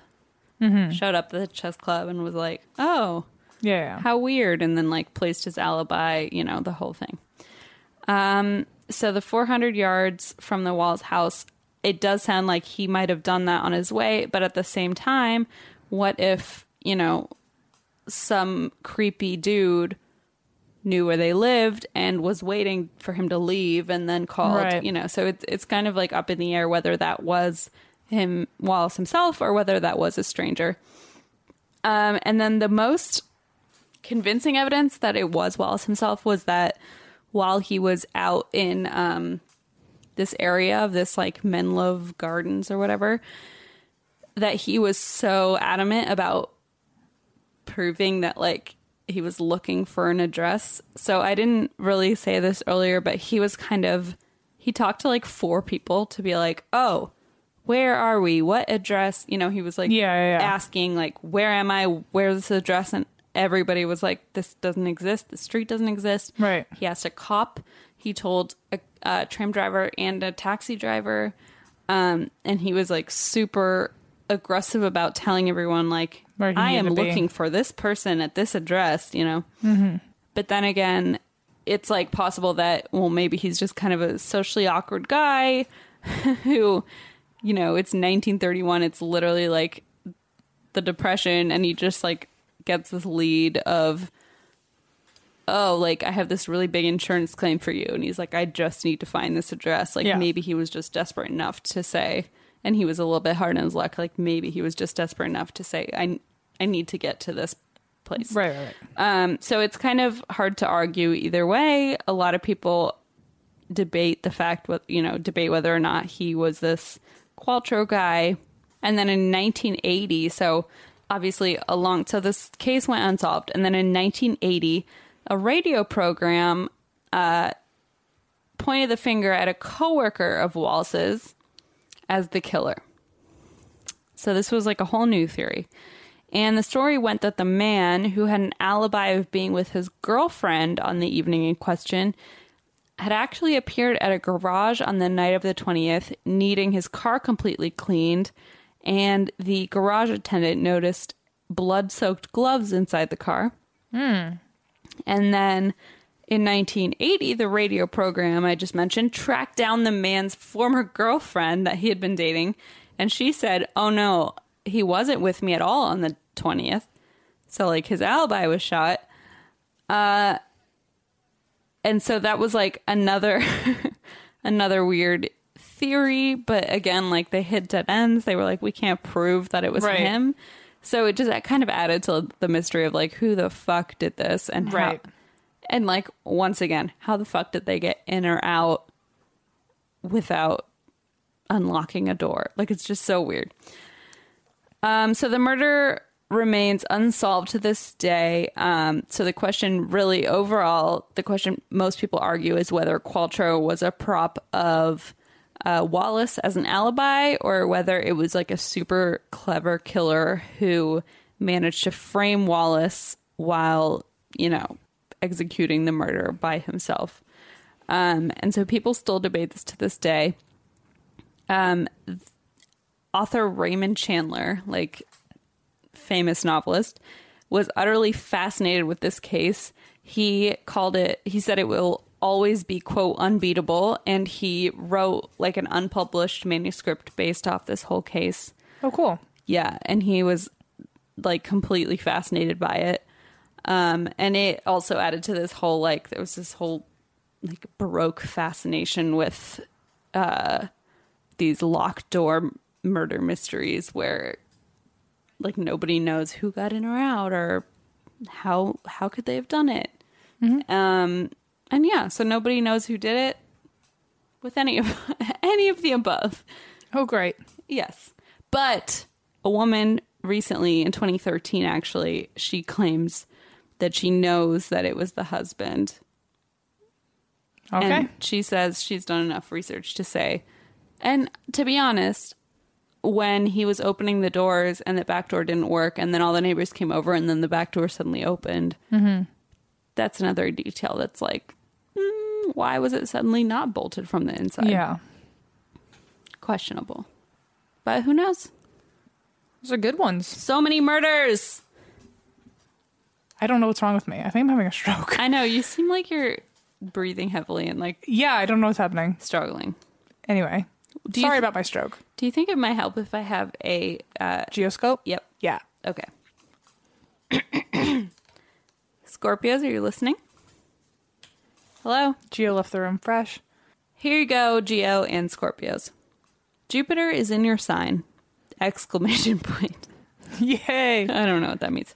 showed up at the chess club and was like oh
Yeah.
how weird and then like placed his alibi you know the whole thing um so the 400 yards from the wall's house it does sound like he might have done that on his way but at the same time what if you know some creepy dude knew where they lived and was waiting for him to leave and then called
Right.
you know so it's it's kind of like up in the air whether that was him Wallace himself or whether that was a stranger um and then the most convincing evidence that it was Wallace himself was that while he was out in um, this area of this like Menlove Gardens or whatever, that he was so adamant about proving that like he was looking for an address. So I didn't really say this earlier, but he was kind of he talked to like four people to be like, oh. Where are we? What address? You know, he was like
Yeah, yeah, yeah.
asking like, "Where am I? Where's this address?" And everybody was like, "This doesn't exist. The street doesn't exist."
Right.
He asked a cop. He told a, a tram driver and a taxi driver, um, and he was like super aggressive about telling everyone like,
Where he
"I
needed
am
to be." Mm-hmm.
looking for this person at this address," you know. But then again, it's like possible that well, maybe he's just kind of a socially awkward guy who, you know, it's 1931. It's literally like the depression and he just like gets this lead of oh like i have this really big insurance claim for you and he's like i just need to find this address like
Yeah.
maybe he was just desperate enough to say and he was a little bit hard on his luck like maybe he was just desperate enough to say i i need to get to this place
Right, right, right.
um, so it's kind of hard to argue either way. A lot of people debate the fact, what you know, debate whether or not he was this Qualtro guy. And then in 1980, so obviously along, so this case went unsolved. And then in 1980, a radio program uh, pointed the finger at a coworker of Walsh's as the killer. So this was like a whole new theory. And the story went that the man who had an alibi of being with his girlfriend on the evening in question had actually appeared at a garage on the night of the 20th, needing his car completely cleaned. And the garage attendant noticed blood soaked gloves inside the car. And then in 1980, the radio program I just mentioned tracked down the man's former girlfriend that he had been dating. And she said, Oh no, he wasn't with me at all on the 20th. So, like, his alibi was shot. Uh, and so that was like another another weird theory but again like they hid dead ends they were like we can't prove that it was
Right.
him so it just that kind of added to the mystery of like who the fuck did this and how-
Right.
and like once again, how the fuck did they get in or out without unlocking a door? Like it's just so weird. Um, so the murder remains unsolved to this day. Um, so the question, really, overall, the question most people argue is whether Qualtro was a prop of uh, Wallace as an alibi or whether it was like a super clever killer who managed to frame Wallace while, you know, executing the murder by himself. Um, and so people still debate this to this day author Raymond Chandler, like famous novelist, was utterly fascinated with this case. He called it, he said it will always be, quote, unbeatable. And he wrote like an unpublished manuscript based off this whole case.
Oh, cool.
Yeah. And he was like completely fascinated by it. Um, and it also added to this whole like, there was this whole like Baroque fascination with uh, these locked door murder mysteries where like nobody knows who got in or out or how how could they have done it um and yeah so nobody knows who did it with any of any of the above
Oh, great.
Yes. But a woman recently in 2013 actually, she claims that she knows that it was the husband.
Okay.
And she says she's done enough research to say. And to be honest, when he was opening the doors and the back door didn't work and then all the neighbors came over and then the back door suddenly opened.
Mm-hmm.
That's another detail that's like mm, why was it suddenly not bolted from the inside?
yeah.
Questionable. But who knows?
Those are good ones.
So many murders.
I don't know what's wrong with me. I think I'm having a stroke.
I know you seem like you're breathing heavily and like
Yeah, I don't know what's happening.
struggling.
Anyway,
Do you
sorry
th-
about my stroke.
Do you think it might help if I have a uh
Geoscope?
yep.
Yeah.
Okay. Scorpios, are you listening? Hello.
Geo left the room fresh.
Here you go, Geo and Scorpios. Jupiter is in your sign. Exclamation point.
Yay.
I don't know what that means.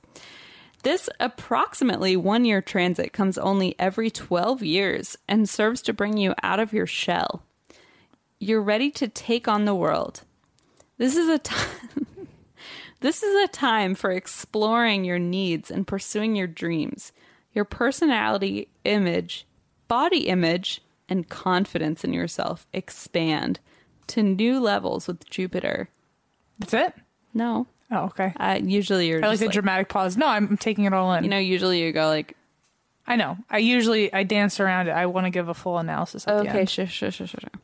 This approximately one year transit comes only every 12 years and serves to bring you out of your shell. You're ready to take on the world. This is a time. This is a time for exploring your needs and pursuing your dreams, your personality, image, body image, and confidence in yourself expand to new levels with Jupiter.
That's it?
No,
Oh, okay.
uh, usually you're.
I like
just
the
like-
dramatic pause. No, I'm I'm taking it all in.
you know, usually you go like,
I know. I usually I dance around it. I want to give a full analysis at the
okay,
end.
sure, sure, sure, sure, sure.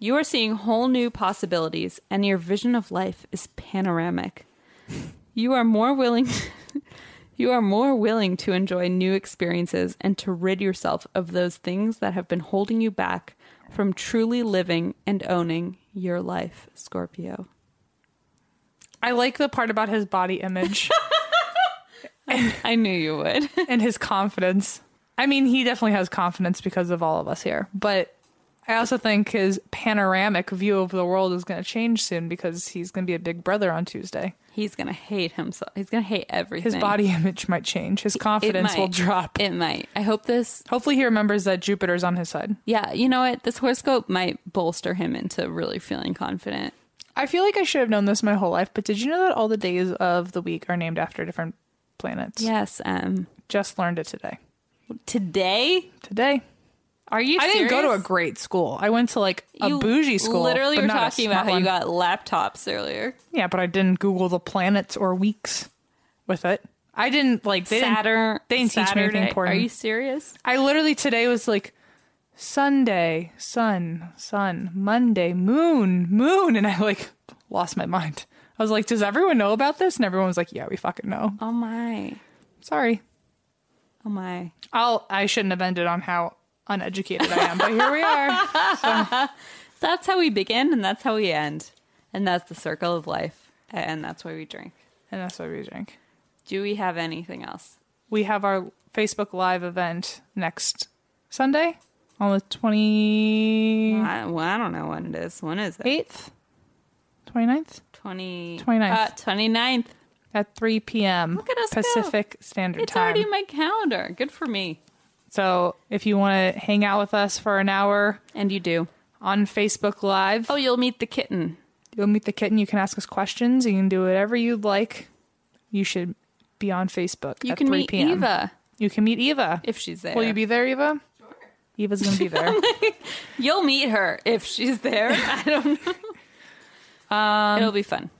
You are seeing whole new possibilities, and your vision of life is panoramic. You are more willing. you are more willing to enjoy new experiences and to rid yourself of those things that have been holding you back from truly living and owning your life, Scorpio.
I like the part about his body image
I knew you would.
and his confidence. I mean, he definitely has confidence because of all of us here, but I also think his panoramic view of the world is going to change soon because he's going to be a big brother on Tuesday.
He's gonna hate himself. He's gonna hate everything.
His body image might change. His
It
confidence will
might.
drop.
It might. I hope this.
Hopefully, he remembers that Jupiter's on his side.
Yeah, you know what? This horoscope might bolster him into really feeling confident.
I feel like I should have known this my whole life, but did you know that all the days of the week are named after different planets?
Yes. Um.
Just learned it today.
Today?
Today.
Are you?
I didn't go to a
serious?
great school. I went to like a
You
bougie school.
Literally,
but
were
not a
talking about
smart
how
one.
you got laptops earlier.
Yeah, but I didn't Google the planets or weeks with it. I didn't like they didn't-
Saturn.
they didn't teach me anything
Saturday.
important.
Are you serious?
I literally today was like Sunday, sun, sun, Monday, moon, moon, and I like lost my mind. I was like, does everyone know about this? And everyone was like, yeah, we fucking know.
Oh my.
Sorry.
Oh my.
I'll I shouldn't have ended on how uneducated I am, but here we are.
That's how we begin, and that's how we end, and that's the circle of life, and that's why we drink.
And that's what we drink.
Do we have anything else?
We have our Facebook Live event next Sunday on the twenty
I, well, I don't know when it is. When is it?
8th 29th
20,
29th.
Uh, 29th.
at 3 p.m
Look at us go.
pacific standard
It's
time
already in my calendar. Good for me.
so if you want to hang out with us for an hour
And you do.
on facebook live
Oh, you'll meet the kitten.
you'll meet the kitten you can ask us questions you can do whatever you'd like you should be on facebook
You
at
can
3
meet
p.m
Eva
you can meet eva
if she's there.
will you be there eva sure eva's gonna be there
You'll meet her if she's there. I don't know. It'll be fun.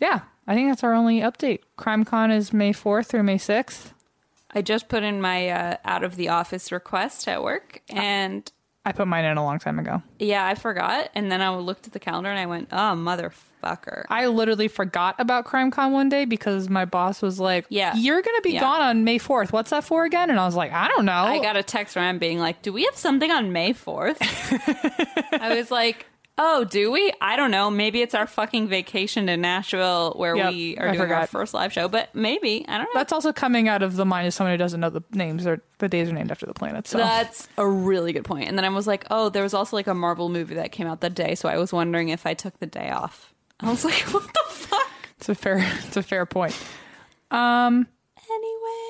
yeah i think that's our only update crimecon is may 4th through may 6th
I just put in my uh, out of the office request at work, and
i put mine in a long time ago
yeah, I forgot. And then I looked at the calendar and I went, "Oh, motherfucker!"
I literally forgot about CrimeCon one day because my boss was like,
Yeah.
you're going to be
Yeah.
gone on May 4th. What's that for again?" And I was like, "I don't know."
I got a text from him being like, "Do we have something on May 4th? I was like, "Oh, do we? I don't know. Maybe it's our fucking vacation to Nashville where
Yep,
we are
I
doing our
forgot.
first live show, but maybe I don't know."
That's also coming out of the mind of someone who doesn't know the names or the days are named after the planets. So
That's a really good point. And then I was like, "Oh, there was also like a Marvel movie that came out that day, so I was wondering if I took the day off." I was like, "What the fuck?"
it's a fair it's a fair point. Um,
Anyway,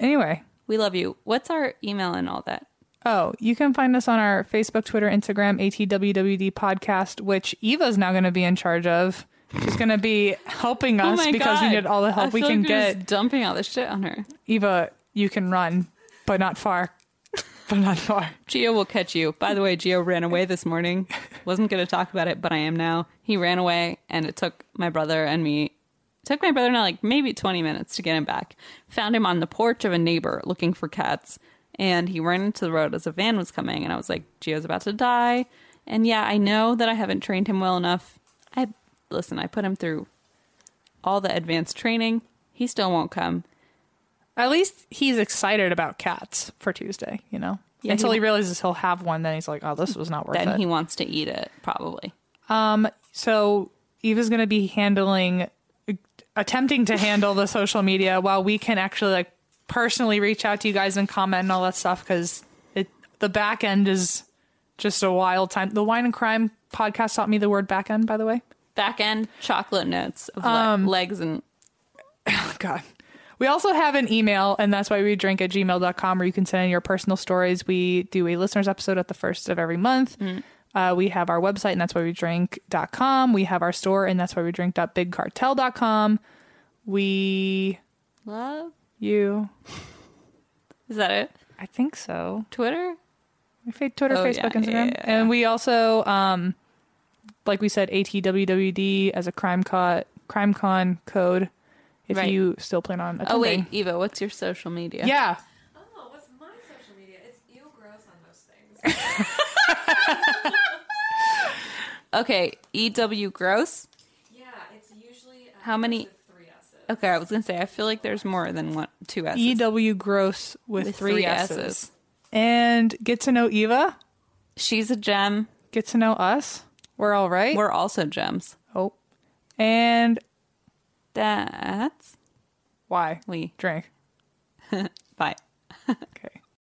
Anyway,
we love you. What's our email and all that?
oh, you can find us on our Facebook, Twitter, Instagram, ATWWD podcast, which Eva's now going to be in charge of. She's going to be helping us because we need all the help
Oh I
we
feel
can
like we're
get.
just dumping all this shit on her.
Eva, you can run, but not far. but not far.
Gio will catch you. By the way, Gio ran away this morning. Wasn't going to talk about it, but I am now. He ran away, and it took my brother and me. it took my brother and I like maybe 20 minutes to get him back. Found him on the porch of a neighbor looking for cats, and he ran into the road as a van was coming. And I was like, Gio's about to die. And yeah, I know that I haven't trained him well enough. I listen. I put him through all the advanced training. He still won't come.
At least he's excited about cats for Tuesday, you know?
Yeah,
Until
he-
he, realizes he'll have one, then he's like, oh, this was not worth
Then
it.
he wants to eat it, probably.
um, so Eva's going to be handling, attempting to handle the social media while we can actually like personally reach out to you guys and comment and all that stuff because it the back end is just a wild time. The Wine and Crime podcast taught me the word back end, by the way.
back end chocolate notes of le-
Um,
legs and
God. We also have an email, and that's why we drink at gmail.com where you can send in your personal stories. We do a listeners episode at the first of every month.
Mm.
Uh, we have our website, and that's why we drink.com. We have our store, and that's why we drink.bigcartel.com. We,
love.
you,
Is that it?
I think so.
Twitter?
Fa- Twitter,
Oh, yeah,
Facebook,
yeah,
Instagram.
yeah, yeah.
And we also, um, like we said, ATWWD as a crime, co- crime con code if
Right.
you still plan on attending.
Oh wait, Eva, what's your social media?
Yeah.
Oh, what's my social media? It's ew gross on most things.
Okay, EW Gross.
yeah, it's usually uh,
How many-
with three S's.
Okay, I was gonna say I feel like there's more than one two S's.
EW Gross with,
With
E three,
three
S's.
S's.
And get to know Eva,
She's a gem.
get to know us. We're all right.
We're also gems.
oh. And That's
Why?
we.
Drink.
Bye.
Okay.